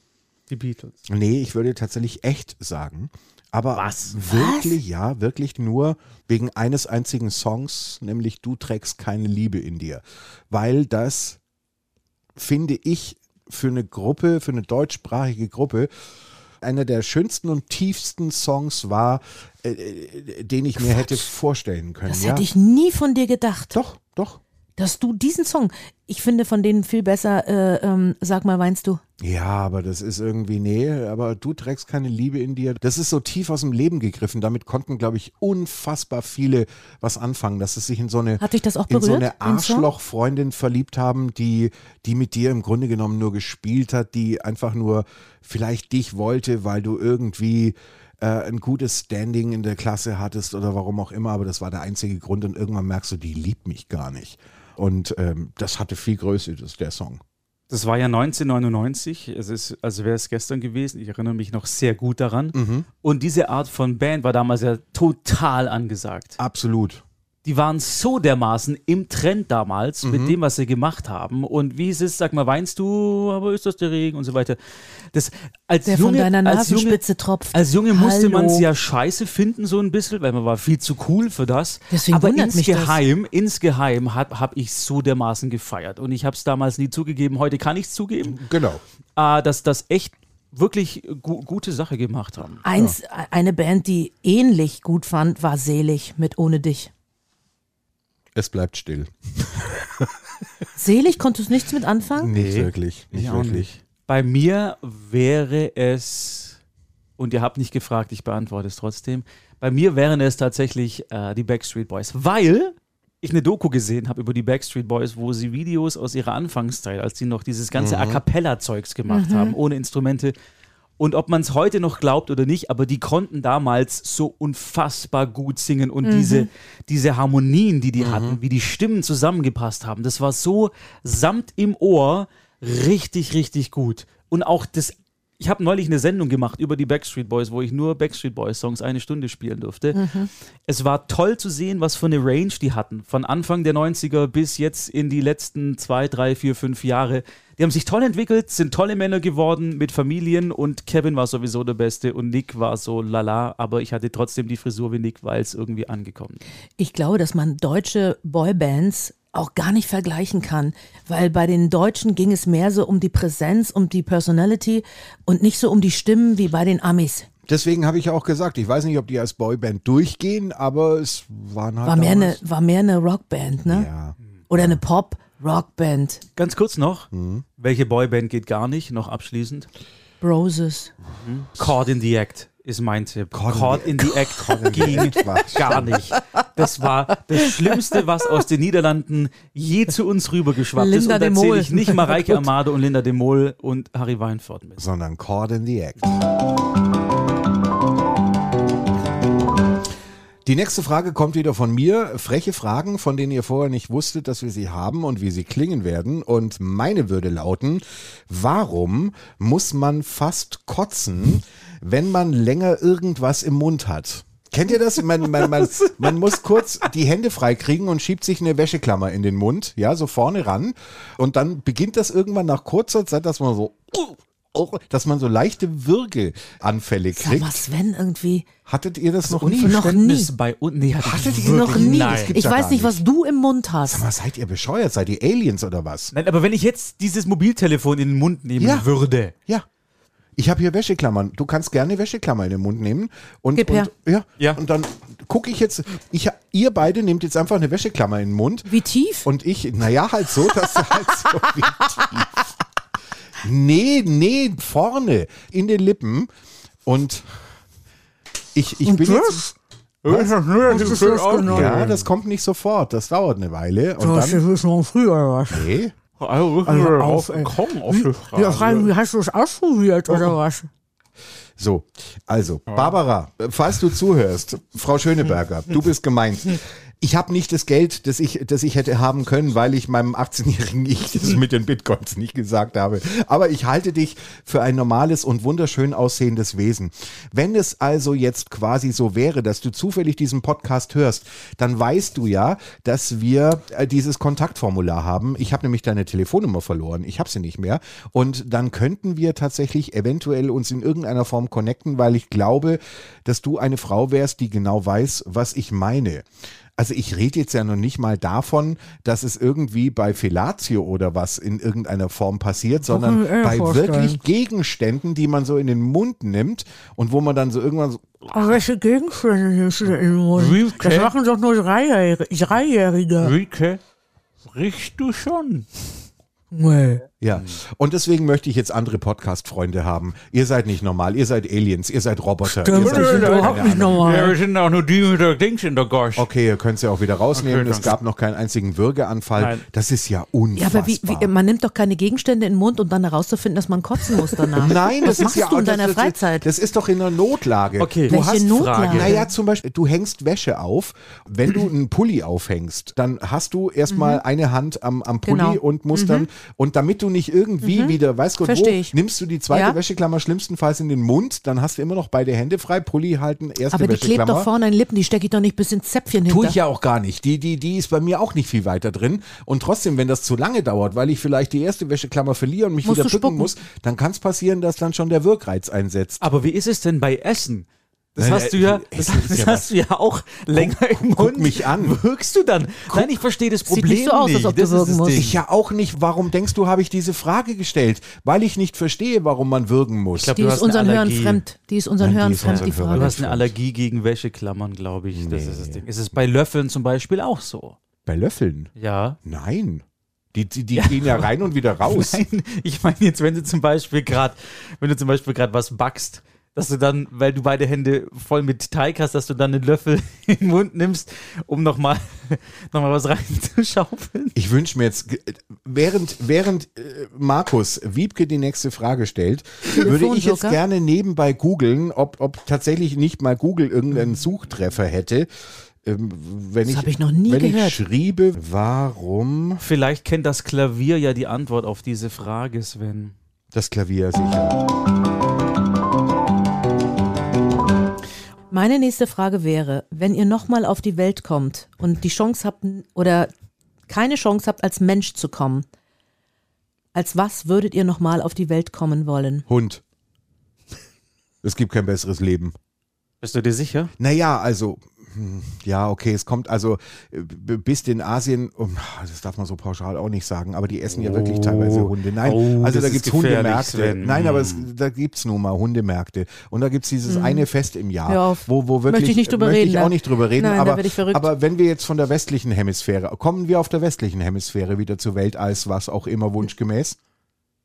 Die Beatles. nee, ich würde tatsächlich echt sagen. Aber Was? wirklich, ja, wirklich nur wegen eines einzigen Songs, nämlich Du trägst keine Liebe in dir. Weil das, finde ich, für eine Gruppe, für eine deutschsprachige Gruppe, einer der schönsten und tiefsten Songs war, äh, äh, den ich mir hätte vorstellen können. Das ja? hätte ich nie von dir gedacht, doch, doch. dass du diesen Song. Ich finde von denen viel besser. Äh, ähm, sag mal, weinst du? Ja, aber das ist irgendwie, nee, aber du trägst keine Liebe in dir. Das ist so tief aus dem Leben gegriffen. Damit konnten, glaube ich, unfassbar viele was anfangen, dass es sich in so eine, Hat dich das auch in so berührt, eine den Song? Arschloch-Freundin verliebt haben, die, die mit dir im Grunde genommen nur gespielt hat, die einfach nur vielleicht dich wollte, weil du irgendwie äh, ein gutes Standing in der Klasse hattest oder warum auch immer, aber das war der einzige Grund und irgendwann merkst du, die liebt mich gar nicht. Und ähm, das hatte viel Größe, das, der Song. Das war ja 1999, es ist, also wäre es gestern gewesen, ich erinnere mich noch sehr gut daran. Und diese Art von Band war damals ja total angesagt. Absolut. Die waren so dermaßen im Trend damals mit dem, was sie gemacht haben. Und wie ist es, sag mal, weinst du, aber ist das der Regen und so weiter. Das, als Der Junge, von deiner als Junge, Nasenspitze tropft. als Junge Hallo. musste man es ja scheiße finden, so ein bisschen, weil man war viel zu cool für das. Deswegen Aber wundert mich das. insgeheim, insgeheim habe hab ich so dermaßen gefeiert. Und ich habe es damals nie zugegeben. Heute kann ich es zugeben, Genau. äh, dass das echt wirklich gu gute Sache gemacht haben. Eins, äh, Eine Band, die ähnlich gut fand, war Selig mit Ohne dich. Es bleibt still. Selig, konntest nichts mit anfangen? Nicht wirklich. Nicht wirklich. Bei mir wäre es, und ihr habt nicht gefragt, ich beantworte es trotzdem, bei mir wären es tatsächlich äh, die Backstreet Boys, weil ich eine Doku gesehen habe über die Backstreet Boys, wo sie Videos aus ihrer Anfangszeit, als sie noch dieses ganze A Cappella-Zeugs gemacht haben, ohne Instrumente. Und ob man es heute noch glaubt oder nicht, aber die konnten damals so unfassbar gut singen und diese, diese Harmonien, die die hatten, wie die Stimmen zusammengepasst haben, das war so samt im Ohr richtig, richtig gut. Und auch das, ich habe neulich eine Sendung gemacht über die Backstreet Boys, wo ich nur Backstreet Boys Songs eine Stunde spielen durfte. Es war toll zu sehen, was für eine Range die hatten. Von Anfang der 90er bis jetzt in die letzten zwei, drei, vier, fünf Jahre. Die haben sich toll entwickelt, sind tolle Männer geworden mit Familien und Kevin war sowieso der Beste und Nick war so lala, aber ich hatte trotzdem die Frisur wie Nick, weil es irgendwie angekommen ist. Ich glaube, dass man deutsche Boybands auch gar nicht vergleichen kann, weil bei den Deutschen ging es mehr so um die Präsenz, um die Personality und nicht so um die Stimmen wie bei den Amis. Deswegen habe ich ja auch gesagt, ich weiß nicht, ob die als Boyband durchgehen, aber es waren halt. War mehr eine, damals- war mehr eine Rockband, ne? Ja. Oder eine Pop-Rockband. Ganz kurz noch, welche Boyband geht gar nicht, noch abschließend? Broses. Caught in the Act ist mein Tipp. Caught, in the Act ging war gar nicht. Das war das Schlimmste, was aus den Niederlanden je zu uns rübergeschwappt ist. Linda Und da de zähle Mol. ich nicht Mareike Amade und Linda de Mol und Harry Weinfurt mit. Sondern Cord in the Act. Die nächste Frage kommt wieder von mir. Freche Fragen, von denen ihr vorher nicht wusstet, dass wir sie haben und wie sie klingen werden. Und meine würde lauten, warum muss man fast kotzen, wenn man länger irgendwas im Mund hat? Kennt ihr das? Man, man, man, man muss kurz die Hände freikriegen und schiebt sich eine Wäscheklammer in den Mund, ja, so vorne ran. Und dann beginnt das irgendwann nach kurzer Zeit, dass man so, dass man so leichte Würge anfällig Sag mal, kriegt. Sven, irgendwie. Hattet ihr das noch nie? Noch nie. Verständnis bei uns. Nee, Hattet ihr wirklich noch nie? Es Nein. gibt- Ich ja weiß gar nicht, was du im Mund hast. Was Ah, seid ihr bescheuert? Seid ihr Aliens oder was? Nein, aber wenn ich jetzt dieses Mobiltelefon in den Mund nehmen Ja. würde, Ja. Ich habe hier Wäscheklammern. Du kannst gerne Wäscheklammer in den Mund nehmen. Und, Gib her. und ja, Ja. Und dann gucke ich jetzt. Ich, ha- ihr beide nehmt jetzt einfach eine Wäscheklammer in den Mund. Wie tief? Und ich, naja, halt so, dass halt so wie tief. Nee, nee, vorne in den Lippen. Und ich, ich bin jetzt. Ja, das kommt nicht sofort. Das dauert eine Weile. Und dann, ist noch früher was. nee, Also auf, ey. Ja, fragen, wie hast du es ausprobiert oder was? So, also, Barbara, äh, falls du zuhörst, Frau Schöneberger, du bist gemeint. Ich habe nicht das Geld, das ich, das ich hätte haben können, weil ich meinem 18-jährigen Ich das mit den Bitcoins nicht gesagt habe. Aber ich halte dich für ein normales und wunderschön aussehendes Wesen. Wenn es also jetzt quasi so wäre, dass du zufällig diesen Podcast hörst, dann weißt du ja, dass wir äh, dieses Kontaktformular haben. Ich habe nämlich deine Telefonnummer verloren. Ich habe sie nicht mehr. Und dann könnten wir tatsächlich eventuell uns in irgendeiner Form connecten, weil ich glaube, dass du eine Frau wärst, die genau weiß, was ich meine. Also ich rede jetzt ja noch nicht mal davon, dass es irgendwie bei Fellatio oder was in irgendeiner Form passiert, sondern ich mir eher bei vorstellen. wirklich Gegenständen, die man so in den Mund nimmt und wo man dann so irgendwann so, Aber welche Gegenstände nimmst du denn in den Mund? Briefcase. Das machen doch nur Dreijährige. Dreijährige. Rike, riechst du schon? Nee. Ja, und deswegen möchte ich jetzt andere Podcast-Freunde haben. Ihr seid nicht normal, ihr seid Aliens, ihr seid Roboter. Stimmt, ihr das ist seid überhaupt nicht normal. wir sind auch nur die mit der Dings in der Gosch. Okay, ihr könnt es ja auch wieder rausnehmen. Okay, es danke. gab noch keinen einzigen Würgeanfall. Nein. Das ist ja Ja, unfassbar. aber wie, wie, man nimmt doch keine Gegenstände in den Mund, um dann herauszufinden, dass man kotzen muss danach. Nein, was das machst ist ja du in das- deiner das, Freizeit? Das ist doch in einer Notlage. Okay. du Welche hast Notlage? Frage. Naja, zum Beispiel, du hängst Wäsche auf. Wenn du einen Pulli aufhängst, dann hast du erstmal eine Hand am, am Pulli Mhm. Genau. Mhm. und musst dann, und damit du nicht irgendwie wieder, weiß Gott Versteh wo, ich. nimmst du die zweite Ja. Wäscheklammer schlimmstenfalls in den Mund, dann hast du immer noch beide Hände frei, Pulli halten, erste aber die klebt doch Wäscheklammer. vorne an den Lippen, die stecke ich doch nicht bis ins Zäpfchen Tue hinter. ich ja auch gar nicht. Die, die, die ist bei mir auch nicht viel weiter drin. Und trotzdem, wenn das zu lange dauert, weil ich vielleicht die erste Wäscheklammer verliere und mich Musst wieder du bücken spucken. muss, dann kann es passieren, dass dann schon der Wirkreiz einsetzt. Aber wie ist es denn bei Essen? Das Nein, hast du äh, ja, das, Essen ist das ja was- hast du ja auch länger im Mund. guck mich an. Wirkst du dann? Nein, ich verstehe das nicht Problem so aus, als ob du Das ist würgen das musst. Ding. Ich ja auch nicht. Warum denkst du, habe ich diese Frage gestellt? Weil ich nicht verstehe, warum man würgen muss. glaub, die du ist hast eine unseren Hörern Allergie. fremd. Die ist unseren Nein, die Hörern ist fremd, unseren die Hörern Frage. Du hast eine Stimmt. Allergie gegen Wäscheklammern, glaube ich. Das ist das Ding. Ist es bei Löffeln zum Beispiel auch so? Bei Löffeln? Ja. Nein. Die, die, die gehen ja rein und wieder raus. Nein, ich meine jetzt, wenn du zum Beispiel gerade, wenn du zum Beispiel gerade was backst, dass du dann, weil du beide Hände voll mit Teig hast, dass du dann einen Löffel in den Mund nimmst, um nochmal noch mal was reinzuschaufeln. Ich wünsche mir jetzt, ge- während, während äh, Markus Wiebke die nächste Frage stellt, würde ich jetzt Telefonjoker? gerne nebenbei googeln, ob, ob tatsächlich nicht mal Google irgendeinen Suchtreffer hätte. Ähm, wenn ich, hab ich noch nie wenn gehört. ich schriebe, warum Vielleicht kennt das Klavier ja die Antwort auf diese Frage, Sven. das Klavier sicher. Meine nächste Frage wäre, wenn ihr nochmal auf die Welt kommt und die Chance habt oder keine Chance habt, als Mensch zu kommen, als was würdet ihr nochmal auf die Welt kommen wollen? Hund. Es gibt kein besseres Leben. Bist du dir sicher? Naja, also, hm, ja, okay, es kommt also äh, b- bis in Asien, um, das darf man so pauschal auch nicht sagen, aber die essen ja wirklich Oh. teilweise Hunde. Nein, Oh, also da das ist gibt's gefährlich, Hundemärkte. Sven. Hm. Nein, aber es, da gibt's nun mal Hundemärkte. Und da gibt's dieses eine Fest im Jahr, Hör auf. wo, wo wirklich. Hm. Möchte ich nicht drüber möchte ich reden, auch ja. nicht drüber reden, Nein, da aber, werd ich verrückt. aber wenn wir jetzt von der westlichen Hemisphäre, kommen wir auf der westlichen Hemisphäre wieder zur Welt als was auch immer wunschgemäß?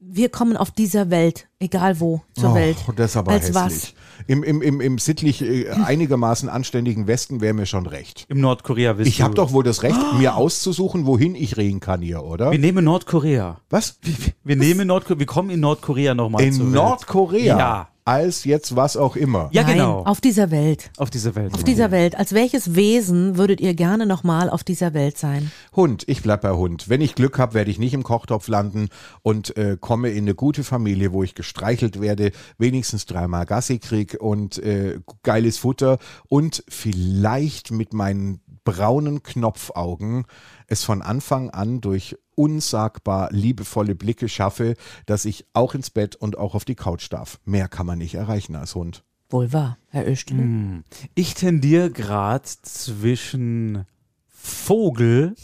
Wir kommen auf dieser Welt, egal wo, zur Oh, Och, Welt. Oh, Das ist aber als hässlich. Im, im, im, Im sittlich äh, einigermaßen anständigen Westen wäre mir schon recht. Im Nordkorea wissen Ich habe doch wohl das Recht, mir auszusuchen, wohin ich reinkarniere, oder? Wir nehmen Nordkorea. Was? Wir nehmen Nordkorea. Wir kommen in Nordkorea nochmal In zur Welt. Nordkorea? Ja. als jetzt was auch immer. Ja, Nein, genau. Auf dieser Welt. Auf dieser Welt. Auf dieser Welt. Als welches Wesen würdet ihr gerne nochmal auf dieser Welt sein? Hund, ich bleib bei Hund. Wenn ich Glück habe, werde ich nicht im Kochtopf landen und äh, komme in eine gute Familie, wo ich gestreichelt werde, wenigstens dreimal Gassi krieg und äh, geiles Futter und vielleicht mit meinen braunen Knopfaugen es von Anfang an durch unsagbar liebevolle Blicke schaffe, dass ich auch ins Bett und auch auf die Couch darf. Mehr kann man nicht erreichen als Hund. Wohl wahr, Herr Östl. Hm. Ich tendiere gerade zwischen Vogel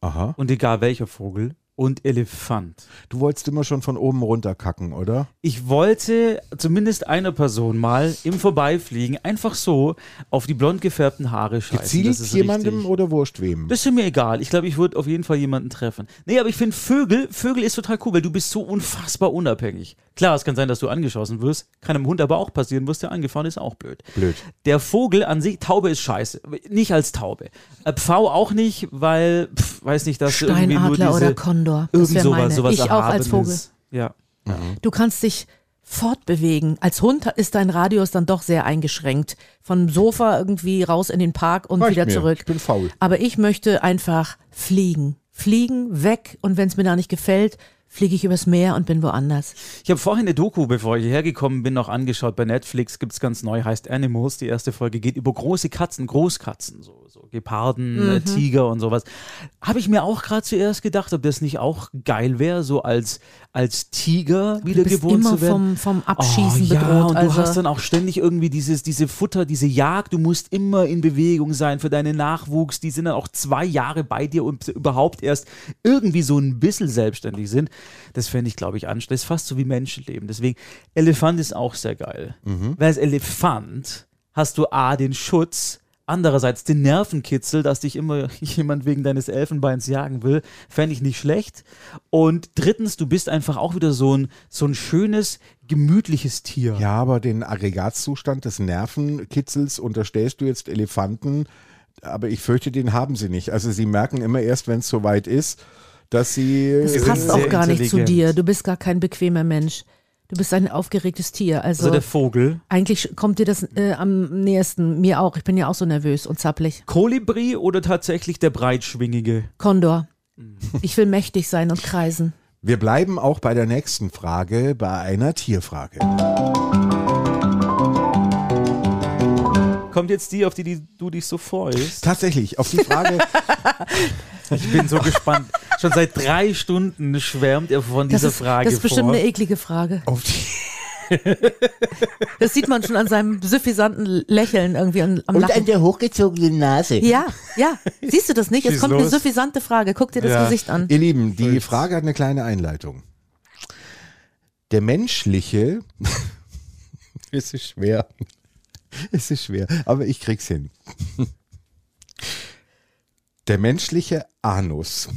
Aha. und egal welcher Vogel und Elefant. Du wolltest immer schon von oben runter kacken, oder? Ich wollte zumindest einer Person mal im Vorbeifliegen einfach so auf die blond gefärbten Haare scheißen. Gezielt das ist jemandem richtig. oder wurscht wem? Das ist mir egal. Ich glaube, ich würde auf jeden Fall jemanden treffen. Nee, aber ich finde Vögel, Vögel ist total cool, weil du bist so unfassbar unabhängig. Klar, es kann sein, dass du angeschossen wirst. Kann einem Hund aber auch passieren, wirst ja angefahren, ist auch blöd. Blöd. Der Vogel an sich, Taube ist scheiße. Nicht als Taube. Äh, Pfau auch nicht, weil, pf, weiß nicht, dass du irgendwie nur diese... Steinadler oder Kondor. Das irgend wäre meine. sowas, sowas ich auch als Vogel. Erhabenes. Ja. Du kannst dich fortbewegen. Als Hund ist dein Radius dann doch sehr eingeschränkt. Vom Sofa irgendwie raus in den Park und Reicht wieder mir. zurück. Ich bin faul. Aber ich möchte einfach fliegen. Fliegen, weg und wenn es mir da nicht gefällt, fliege ich übers Meer und bin woanders. Ich habe vorhin eine Doku, bevor ich hierher gekommen bin, noch angeschaut. Bei Netflix gibt's ganz neu, heißt Animals. Die erste Folge geht über große Katzen, Großkatzen, so, so Geparden, Mhm. äh, Tiger und sowas. Habe ich mir auch gerade zuerst gedacht, ob das nicht auch geil wäre, so als, als Tiger Du bist wiedergeboren immer zu vom, werden. vom Abschießen oh, ja, bedroht. Und du also hast dann auch ständig irgendwie dieses, diese Futter, diese Jagd. Du musst immer in Bewegung sein für deinen Nachwuchs. Die sind dann auch zwei Jahre bei dir und überhaupt erst irgendwie so ein bisschen selbstständig sind. Das fände ich, glaube ich, anstrengend. Das ist fast so wie Menschenleben. Deswegen, Elefant ist auch sehr geil. Weil als Elefant hast du A, den Schutz. Andererseits den Nervenkitzel, dass dich immer jemand wegen deines Elfenbeins jagen will, fände ich nicht schlecht. Und drittens, du bist einfach auch wieder so ein, so ein schönes, gemütliches Tier. Ja, aber den Aggregatzustand des Nervenkitzels unterstellst du jetzt Elefanten, aber ich fürchte, den haben sie nicht. Also sie merken immer erst, wenn es soweit ist, dass sie. Äh, das sind passt sehr auch gar nicht zu intelligent. dir. Du bist gar kein bequemer Mensch. Du bist ein aufgeregtes Tier. Also, Also der Vogel. eigentlich kommt dir das äh, am nächsten. Mir auch. Ich bin ja auch so nervös und zappelig. Kolibri oder tatsächlich der breitschwingige? Kondor. Mhm. Ich will mächtig sein und kreisen. Wir bleiben auch bei der nächsten Frage, bei einer Tierfrage. Kommt jetzt die, auf die, die du dich so freust? Tatsächlich, auf die Frage, Ich bin so gespannt. Schon seit drei Stunden schwärmt er von Das dieser ist, Frage das ist bestimmt vor. eine eklige Frage. auf die Das sieht man schon an seinem suffisanten Lächeln irgendwie und am Und an Lachen. der hochgezogenen Nase. Ja, ja. Siehst du das nicht? Jetzt Schieß kommt eine los. suffisante Frage. Guck dir das Ja. Gesicht an. Ihr Lieben, die Frage hat eine kleine Einleitung. Der menschliche. es ist schwer. Es ist schwer, aber ich krieg's hin. Der menschliche Anus.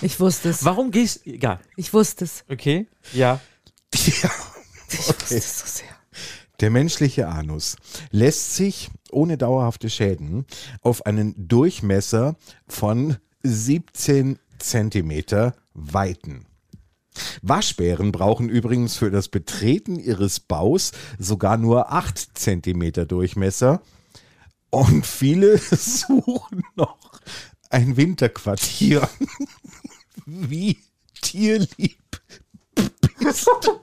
Ich wusste es. Warum gehst du. Egal. Ich wusste es. Okay. Ja. Ich wusste es so sehr. Der menschliche Anus lässt sich ohne dauerhafte Schäden auf einen Durchmesser von 17 Zentimeter weiten. Waschbären brauchen übrigens für das Betreten ihres Baus sogar nur 8 Zentimeter Durchmesser und viele suchen noch ein Winterquartier. Wie tierlieb Oh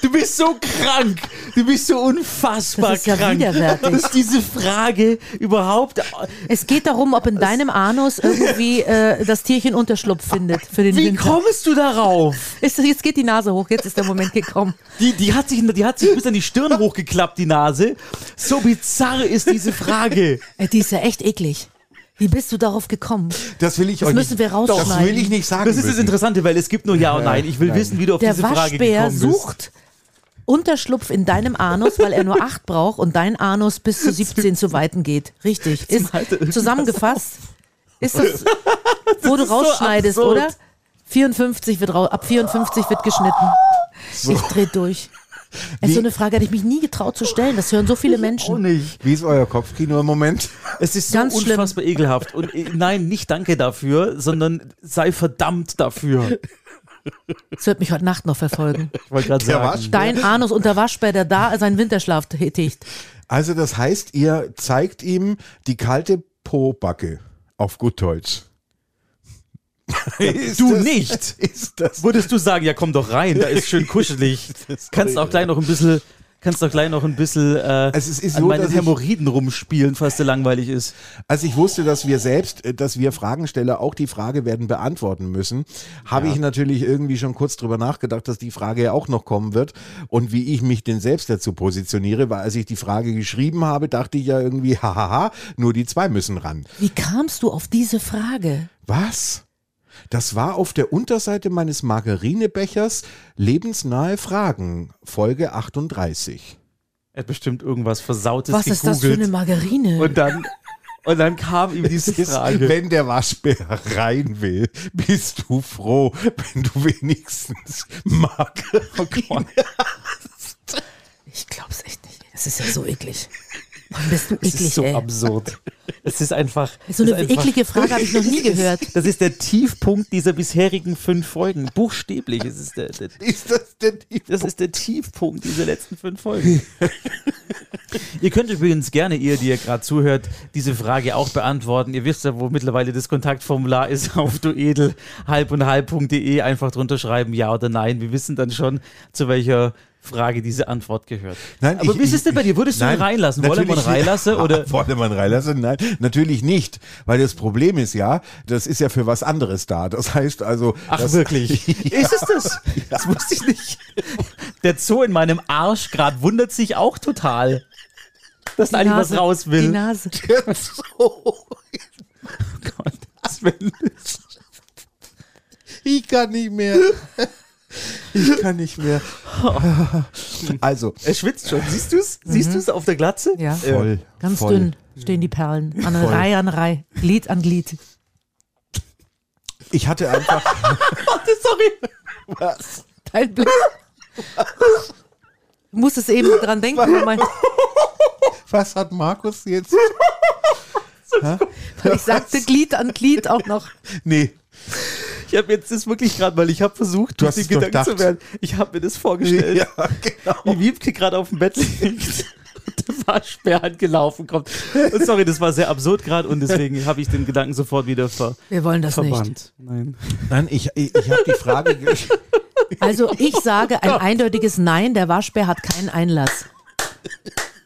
Du bist so krank. Du bist so unfassbar Das ist ja krank. widerwärtig. Dass diese Frage überhaupt. Es geht darum, ob in deinem Anus irgendwie äh, das Tierchen Unterschlupf findet für den Wie Winter. kommst du darauf? Ist, jetzt geht die Nase hoch. Jetzt ist der Moment gekommen. Die, die hat sich, die hat sich bis an die Stirn hochgeklappt, die Nase. So bizarr ist diese Frage. Äh, die ist ja echt eklig. Wie bist du darauf gekommen? Das will ich Das euch müssen nicht, wir rausschneiden. Das will ich nicht sagen. Das ist das müssen. Interessante, weil es gibt nur Ja und Nein. Ich will wissen, wie du auf Der diese Frage Waschbär gekommen bist. sucht Unterschlupf in deinem Anus, weil er nur acht braucht und dein Anus bis zu 17 zu weiten geht. Richtig. Ist malt irgendwas zusammengefasst. Ist das, wo du rausschneidest, absurd. oder? 54 wird raus, ab 54 wird geschnitten. Ich dreh durch. Es ist so eine Frage, hätte ich mich nie getraut zu stellen. Das hören so viele Auch Menschen. nicht. Wie ist euer Kopfkino im Moment? Es ist so Ganz schlimm. unfassbar ekelhaft. Und äh, nein, nicht danke dafür, sondern sei verdammt dafür. Das wird mich heute Nacht noch verfolgen. Ich wollte gerade Der sagen. Wasch- Dein Anus unter Waschbär, der da seinen Winterschlaf tätigt. Also das heißt, ihr zeigt ihm die kalte Po-Backe auf gut Deutsch. Ist Du das- nicht. Ist das Würdest du sagen, ja komm doch rein, da ist schön kuschelig. kannst auch gleich noch ein bisschen, kannst doch gleich noch ein bisschen äh, Also es ist an so, meinen dass ich- Hämorrhoiden rumspielen, falls dir langweilig ist. Als Also ich wusste, dass wir selbst, äh, dass wir Fragensteller auch die Frage werden beantworten müssen, habe ich natürlich irgendwie schon kurz drüber nachgedacht, dass die Frage ja auch noch kommen wird und wie ich mich denn selbst dazu positioniere, weil als ich die Frage geschrieben habe, dachte ich ja irgendwie, hahaha, nur die zwei müssen ran. Wie kamst du auf diese Frage? Was? Das war auf der Unterseite meines Margarinebechers lebensnahe Fragen, Folge 38. Er hat bestimmt irgendwas Versautes Was gegoogelt. ist das für eine Margarine? und dann, und dann kam ihm diese Frage. Wenn der Waschbär rein will, bist du froh, wenn du wenigstens Margarine. ich glaub's echt nicht. Das ist ja so eklig. Mann, bist du eklig, Das ist so ey. absurd. Es ist einfach. so eine das ist einfach- eklige Frage habe ich noch nie gehört. Das ist der Tiefpunkt dieser bisherigen fünf Folgen. Buchstäblich. Es ist der, der, Ist das denn die das ist der Tiefpunkt dieser letzten fünf Folgen. ihr könnt übrigens gerne, ihr, die ihr gerade zuhört, diese Frage auch beantworten. Ihr wisst ja, wo mittlerweile das Kontaktformular ist auf duedel halb und halb.de. Einfach drunter schreiben, ja oder nein. Wir wissen dann schon, zu welcher Frage diese Antwort gehört. Nein, Aber ich- wie ist es denn bei dir? Würdest du ihn Nein, reinlassen? Wollen wir ihn natürlich- reinlassen? Oder? Wollte man reinlassen? Nein, natürlich nicht. Weil das Problem ist ja, das ist ja für was anderes da. Das heißt also. Ach das, wirklich? Ist es das? Das wusste ich nicht. Der Zoo in meinem Arsch gerade wundert sich auch total, dass da eigentlich was raus Die will. Nase. Gott, Sven. Ich kann nicht mehr. Ich kann nicht mehr. Also. äh, Er schwitzt schon. Siehst du es? Siehst du es auf der Glatze? Mhm. Ja. Voll. Ganz voll. dünn stehen die Perlen. An Voll. Reihe an Reihe. Glied an Glied. Ich hatte einfach. Sorry. Was? Dein Blick. Du musstest eben dran denken. weil Mein, Was hat Markus jetzt? weil ich sagte Glied an Glied auch noch. Nee. Ich habe jetzt das wirklich gerade, weil ich habe versucht, Du hast dem es durchdacht. Ich habe mir das vorgestellt. genau. wie Wiebke gerade auf dem Bett liegt. Der Waschbär angelaufen kommt. Und sorry, das war sehr absurd gerade und deswegen habe ich den Gedanken sofort wieder ver Wir wollen das nicht. verbannt. Nein. Nein, ich, ich, ich habe die Frage. ge- Also ich sage ein eindeutiges Nein, der Waschbär hat keinen Einlass.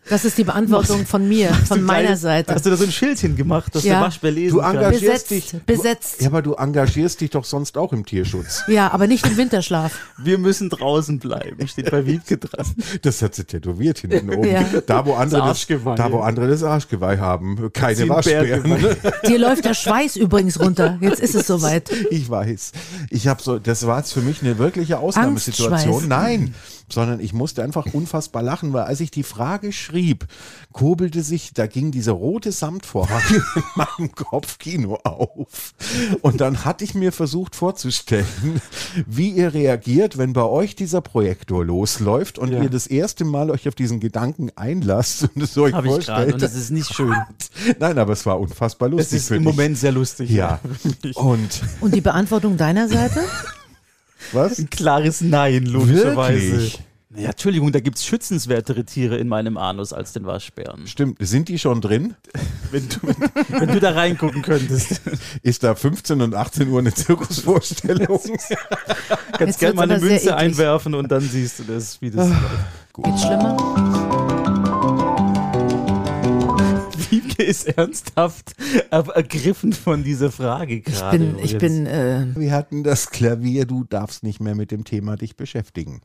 Das ist die Beantwortung von mir, von meiner Seite. Hast du da so ein Schildchen gemacht, dass Ja. der Waschbär lesen Du kann? engagierst Besetzt, dich. besetzt. Du, ja, aber du engagierst dich doch sonst auch im Tierschutz. Ja, aber nicht im Winterschlaf. Wir müssen draußen bleiben, steht bei Wiebke dran. Das hat sie tätowiert hinten oben. Ja. Da, wo andere das, Arschgeweih. da, wo andere das Arschgeweih haben. Sie Keine ein Waschbären. Bärgeweih. Dir läuft der Schweiß übrigens runter. Jetzt ist es soweit. Ich weiß. Ich habe so, das war jetzt für mich eine wirkliche Angstschweiß. Ausnahmesituation. Nein, sondern ich musste einfach unfassbar lachen, weil als ich die Frage schrieb, kurbelte sich, da ging dieser rote Samtvorhang in meinem Kopfkino auf. Und dann hatte ich mir versucht vorzustellen, wie ihr reagiert, wenn bei euch dieser Projektor losläuft und ihr das erste Mal euch auf diesen Gedanken einlasst und es euch Habe ich gerade und vorstellt. das ist nicht schön. Nein, aber es war unfassbar lustig. Das ist für im dich. Moment sehr lustig. Ja. Und Und die Beantwortung deiner Seite? was? Ein klares Nein, logischerweise. Wirklich? Ja, Entschuldigung, da gibt es schützenswertere Tiere in meinem Anus als den Waschbären. Stimmt, sind die schon drin? Wenn du, wenn du da reingucken könntest. Ist da 15 und 18 Uhr eine Zirkusvorstellung? Kannst Jetzt gerne mal wird's eine aber sehr Münze eklig. Ah. einwerfen und dann siehst du das, wie das Geht's schlimmer? Wiebke ist ernsthaft er- ergriffen von dieser Frage Ich Also, gerade. bin, ich übrigens. bin, äh, Wir hatten das Klavier, du darfst nicht mehr mit dem Thema dich beschäftigen.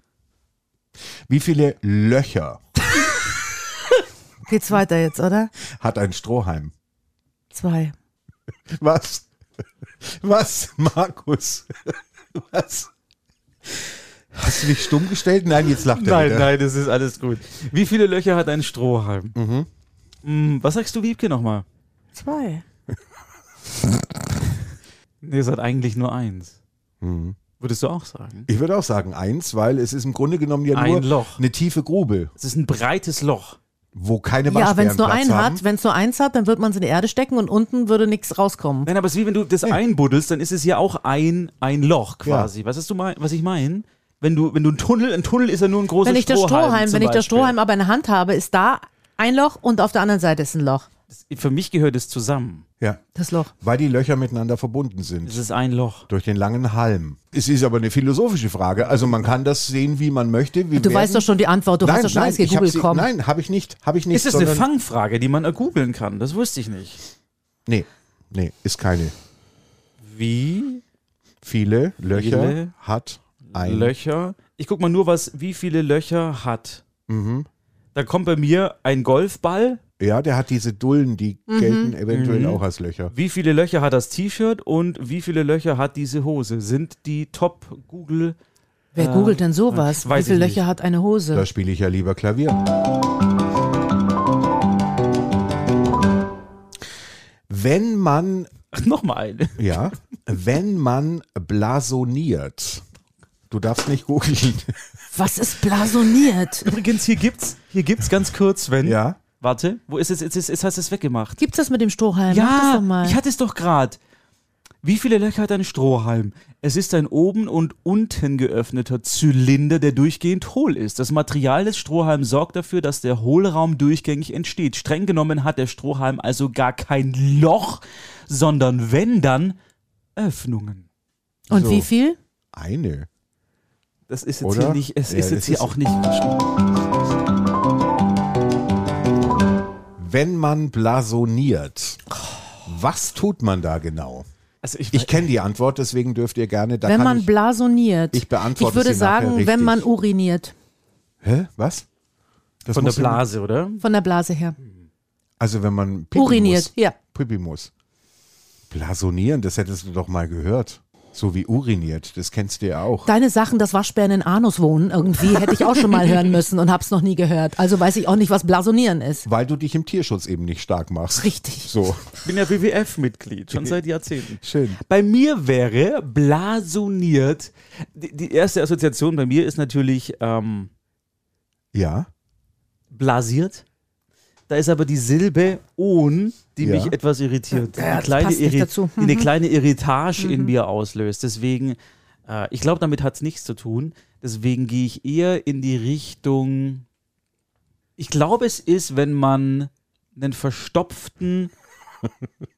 Wie viele Löcher geht's weiter jetzt, oder? hat ein Strohhalm? Zwei. Was? Was, Markus? Was? Hast du dich stumm gestellt? Nein, jetzt lacht er Nein, wieder. nein, das ist alles gut. Wie viele Löcher hat ein Strohhalm? Mhm. Hm, was sagst du, Wiebke, nochmal? Zwei. Nee, es hat eigentlich nur eins. Mhm. Würdest du auch sagen? Ich würde auch sagen eins, weil es ist im Grunde genommen ja Ein nur Loch. eine tiefe Grube. Es ist ein breites Loch. wo keine Ja, wenn Waschbären es nur Platz einen haben. hat, wenn es nur eins hat, dann wird man es in die Erde stecken und unten würde nichts rauskommen. Nein, aber es ist wie wenn du das einbuddelst, dann ist es ja auch ein, ein Loch quasi. Weißt Was, du mein, was ich meine? Wenn du, wenn du einen Tunnel, ein Tunnel ist ja nur ein großer Wenn ich das Strohhalm, zum wenn ich das Beispiel. Strohhalm aber in der Hand habe, ist da ein Loch und auf der anderen Seite ist ein Loch. Das, für mich gehört es zusammen. Ja, Das Loch. weil die Löcher miteinander verbunden sind. Es ist ein Loch. durch den langen Halm. Es ist aber eine philosophische Frage. Also man kann das sehen, wie man möchte. Wir Du weißt doch schon die Antwort, du nein, hast doch schon nein, alles ich hab gegoogelt, sie- komm. Nein, habe ich nicht. Habe ich nicht. Ist es eine sondern- Fangfrage, die man ergoogeln kann? Das wusste ich nicht. Nee, nee, ist keine. Wie Viele Löcher Viele hat ein. Löcher? Ich guck mal nur, was, wie viele Löcher hat. Mhm. Da kommt bei mir ein Golfball. Ja, der hat diese Dullen, die Mhm. gelten eventuell Mhm. auch als Löcher. Wie viele Löcher hat das T-Shirt und wie viele Löcher hat diese Hose? Sind die Top Google? Wer googelt denn sowas? Wie weiß viele ich Löcher hat eine Hose? Da spiele ich ja lieber Klavier. Wenn man Ach, nochmal eine. Ja, wenn man blasoniert. Du darfst nicht googeln. Was ist blasoniert? Übrigens, hier gibt's, hier gibt's ganz kurz, wenn. Ja. Warte, wo ist es? Jetzt, ist, jetzt hast du es weggemacht. Gibt's das mit dem Strohhalm? Mach das ja, doch mal. ich hatte es doch gerade. Wie viele Löcher hat ein Strohhalm? Es ist ein oben und unten geöffneter Zylinder, der durchgehend hohl ist. Das Material des Strohhalms sorgt dafür, dass der Hohlraum durchgängig entsteht. Streng genommen hat der Strohhalm also gar kein Loch, sondern wenn dann Öffnungen. und so. wie viel? Eine. Das ist jetzt Oder? hier nicht, es Ja, ist das jetzt hier ist- auch nicht. Wenn man blasoniert, was tut man da genau? Also ich, Ich kenne die Antwort, deswegen dürft ihr gerne. Da wenn kann man ich, blasoniert. Ich beantworte Ich würde sie nachher sagen, richtig. wenn man uriniert. Hä? Was? Das von der muss- Blase, oder? Von der Blase her. Also wenn man pipi Uriniert, muss, ja. pipi muss. Blasonieren, das hättest du doch mal gehört. So wie uriniert, das kennst du ja auch. Deine Sachen, dass Waschbären in Anus wohnen, irgendwie hätte ich auch schon mal hören müssen und hab's noch nie gehört. Also weiß ich auch nicht, was blasonieren ist. Weil du dich im Tierschutz eben nicht stark machst. Richtig. So, Ich bin ja WWF-Mitglied, schon seit Jahrzehnten. schön. Bei mir wäre blasoniert. Die, die erste Assoziation bei mir ist natürlich ähm, Ja. blasiert. Da ist aber die Silbe on, die Ja. mich etwas irritiert. Ja, eine, das kleine passt nicht Irri- dazu. Mhm. die eine kleine Irritage in mir auslöst. Deswegen, äh, ich glaube, damit hat es nichts zu tun. Deswegen gehe ich eher in die Richtung. Ich glaube, es ist, wenn man einen verstopften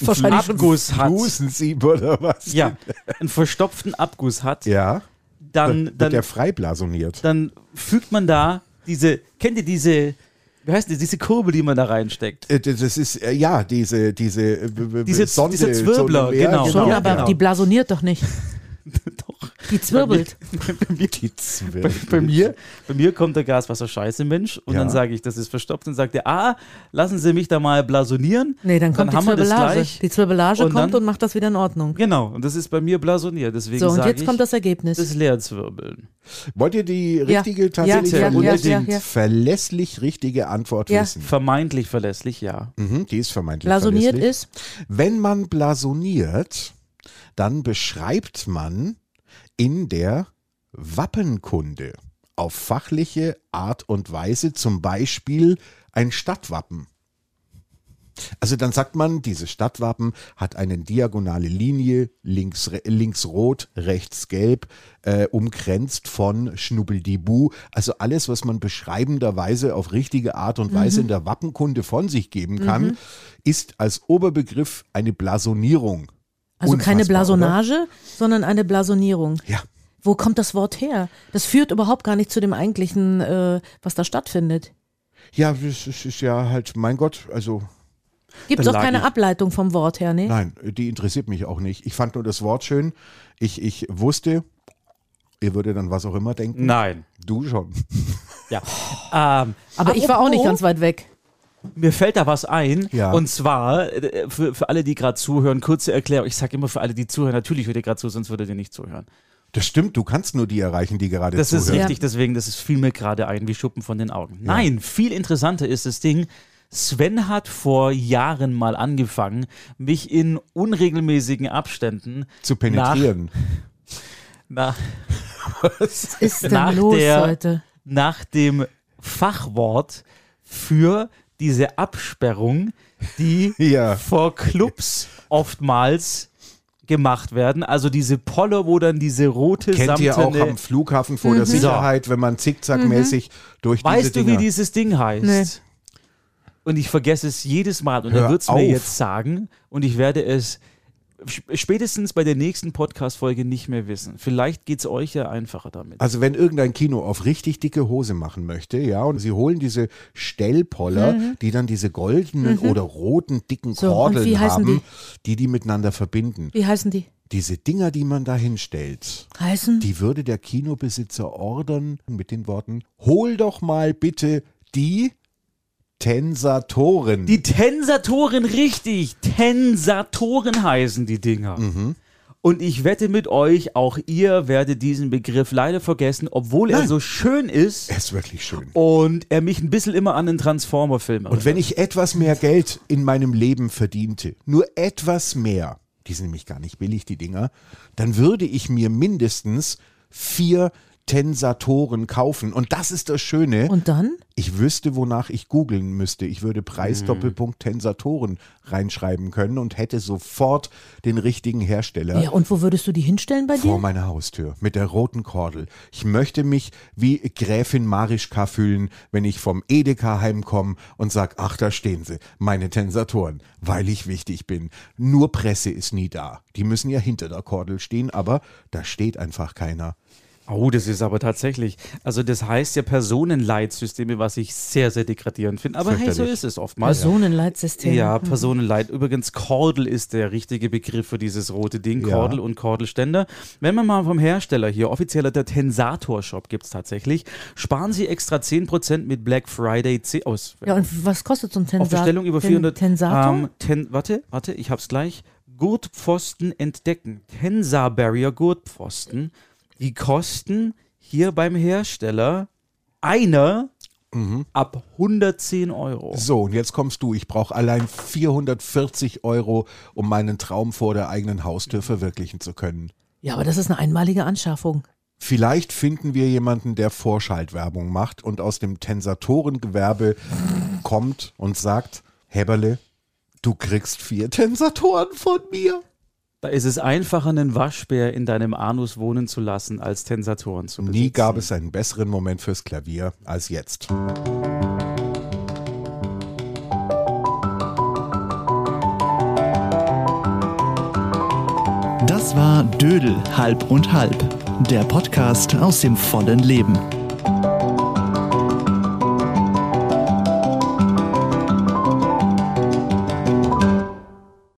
Wahrscheinlich Abguss hat. Busensieb oder was? Ja, einen verstopften Abguss hat, Ja. dann, wird dann, der frei blasoniert. dann fügt man da diese, kennt ihr diese, wie heißt die, diese Kurbel, die man da reinsteckt? Äh, Das das ist, äh, ja, diese, diese, äh, b- b- Diese- Sonde, dieser Zwirbler, so eine- ja, genau. schon, Genau, aber genau. die blasoniert doch nicht. Doch. Die zwirbelt. Bei mir, Die Zwirbel. bei, bei mir, bei mir kommt der Gaswasser-Scheiße-Mensch und Ja. dann sage ich, das ist verstopft und sagt er, ah, lassen Sie mich da mal blasonieren. Nee, dann kommt haben die wir das Zwirbelage. gleich. Die Zwirbelage Und kommt dann- und macht das wieder in Ordnung. Genau, und das ist bei mir blasoniert, deswegen So, und sage jetzt ich, kommt das Ergebnis. das Leerzwirbeln. Wollt ihr die richtige, Ja, tatsächlich ja, ja, unbedingt ja, ja. verlässlich richtige Antwort Ja. wissen? Vermeintlich verlässlich, ja. Mhm, die ist vermeintlich Blasoniert verlässlich. ist, Wenn man blasoniert, dann beschreibt man in der Wappenkunde auf fachliche Art und Weise zum Beispiel ein Stadtwappen. Also dann sagt man, dieses Stadtwappen hat eine diagonale Linie, links, re- links rot, rechts gelb, äh, umgrenzt von Schnubbeldibu. Also alles, was man beschreibenderweise auf richtige Art und Weise in der Wappenkunde von sich geben kann, ist als Oberbegriff eine Blasonierung. also keine Unfassbar, oder? Blasonage, sondern eine Blasonierung. Ja, Wo kommt das Wort her? Das führt überhaupt gar nicht zu dem eigentlichen, äh, was da stattfindet. ja, das ist, ist ja halt, mein Gott, also Gibt es Dann auch lag keine ich- Ableitung vom Wort her, ne? Nein, die interessiert mich auch nicht. Ich fand nur das Wort schön. Ich, ich wusste, ihr würde dann was auch immer denken. Nein. Du schon. Ja. Ähm, Aber ich war auch nicht ganz weit weg. Mir fällt da was ein. Ja. Und zwar, äh, für, für alle, die gerade zuhören, kurze Erklärung. Ich sage immer für alle, die zuhören, natürlich hört ihr gerade zu, sonst würdet ihr nicht zuhören. Das stimmt, du kannst nur die erreichen, die gerade Das ist zuhören. richtig, deswegen, das ist viel mir gerade ein, wie Schuppen von den Augen. Nein, viel interessanter ist das Ding. Sven hat vor Jahren mal angefangen, mich in unregelmäßigen Abständen Zu penetrieren. Nach, nach, Ist denn Nach los der- heute? nach dem Fachwort für diese Absperrung, die Ja. vor Clubs oftmals gemacht werden. Also diese Poller, wo dann diese rote Kennt ihr auch samtene- Mhm. am Flughafen vor der Sicherheit, wenn man zickzackmäßig durch diese Weißt du, wie Dinger... dieses Ding heißt? Nee. Und ich vergesse es jedes Mal. Und Hör er wird es auf. mir jetzt sagen. Und ich werde es sp- spätestens bei der nächsten Podcast-Folge nicht mehr wissen. Vielleicht geht es euch ja einfacher damit. Also wenn irgendein Kino auf richtig dicke Hose machen möchte, ja, und sie holen diese Stellpoller, Mhm. die dann diese goldenen oder roten dicken So, und Kordeln wie heißen haben, die? die miteinander verbinden. Wie heißen die? Diese Dinger, die man da hinstellt, Heißen? die würde der Kinobesitzer ordern mit den Worten, hol doch mal bitte die Tensatoren. Die Tensatoren richtig. Tensatoren heißen die Dinger. Mhm. Und ich wette mit euch, auch ihr werdet diesen Begriff leider vergessen, obwohl er so schön ist ist wirklich schön. und er mich ein bisschen immer an den Transformer-Film Und wenn ich etwas mehr Geld in meinem Leben verdiente, nur etwas mehr, die sind nämlich gar nicht billig, die Dinger, dann würde ich mir mindestens vier Tensatoren kaufen. Und das ist das Schöne. Und dann? ich wüsste, wonach ich googeln müsste. Ich würde Preis-Doppelpunkt Tensatoren reinschreiben können und hätte sofort den richtigen Hersteller. Ja, und wo würdest du die hinstellen bei Vor dir? meiner Haustür mit der roten Kordel. Ich möchte mich wie Gräfin Marischka fühlen, wenn ich vom Edeka heimkomme und sag, ach, da stehen sie, meine Tensatoren, weil ich wichtig bin. Nur Presse ist nie da. Die müssen ja hinter der Kordel stehen, aber da steht einfach keiner. Oh, das ist aber tatsächlich. Also das heißt ja Personenleitsysteme, was ich sehr, sehr degradierend finde. Aber hey, so Fürchterlich. ist es oftmals. Personenleitsystem. Ja, Personenleid. Übrigens, Kordel ist der richtige Begriff für dieses rote Ding. Ja. Kordel und Kordelständer. Wenn man mal vom Hersteller hier, offizieller der Tensator-Shop gibt's tatsächlich, sparen Sie extra 10% mit Black Friday oh, C aus. Ja, und was kostet so ein Tensor? Auf Bestellung über Ten- 400. Tensator? Ähm, ten, warte, warte, ich hab's gleich. Gurtpfosten entdecken. Tensar Barrier Gurtpfosten. Die kosten hier beim Hersteller einer ab 110 Euro. So, und jetzt kommst du. Ich brauche allein 440 Euro, um meinen Traum vor der eigenen Haustür verwirklichen zu können. ja, aber das ist eine einmalige Anschaffung. Vielleicht finden wir jemanden, der Vorschaltwerbung macht und aus dem Tensatorengewerbe kommt und sagt, Heberle, du kriegst vier Tensatoren von mir. Da ist es einfacher, einen Waschbär in deinem Anus wohnen zu lassen, als Tensatoren zu besitzen. Nie gab es einen besseren Moment fürs Klavier als jetzt. Das war Dödel halb und halb, der Podcast aus dem vollen Leben.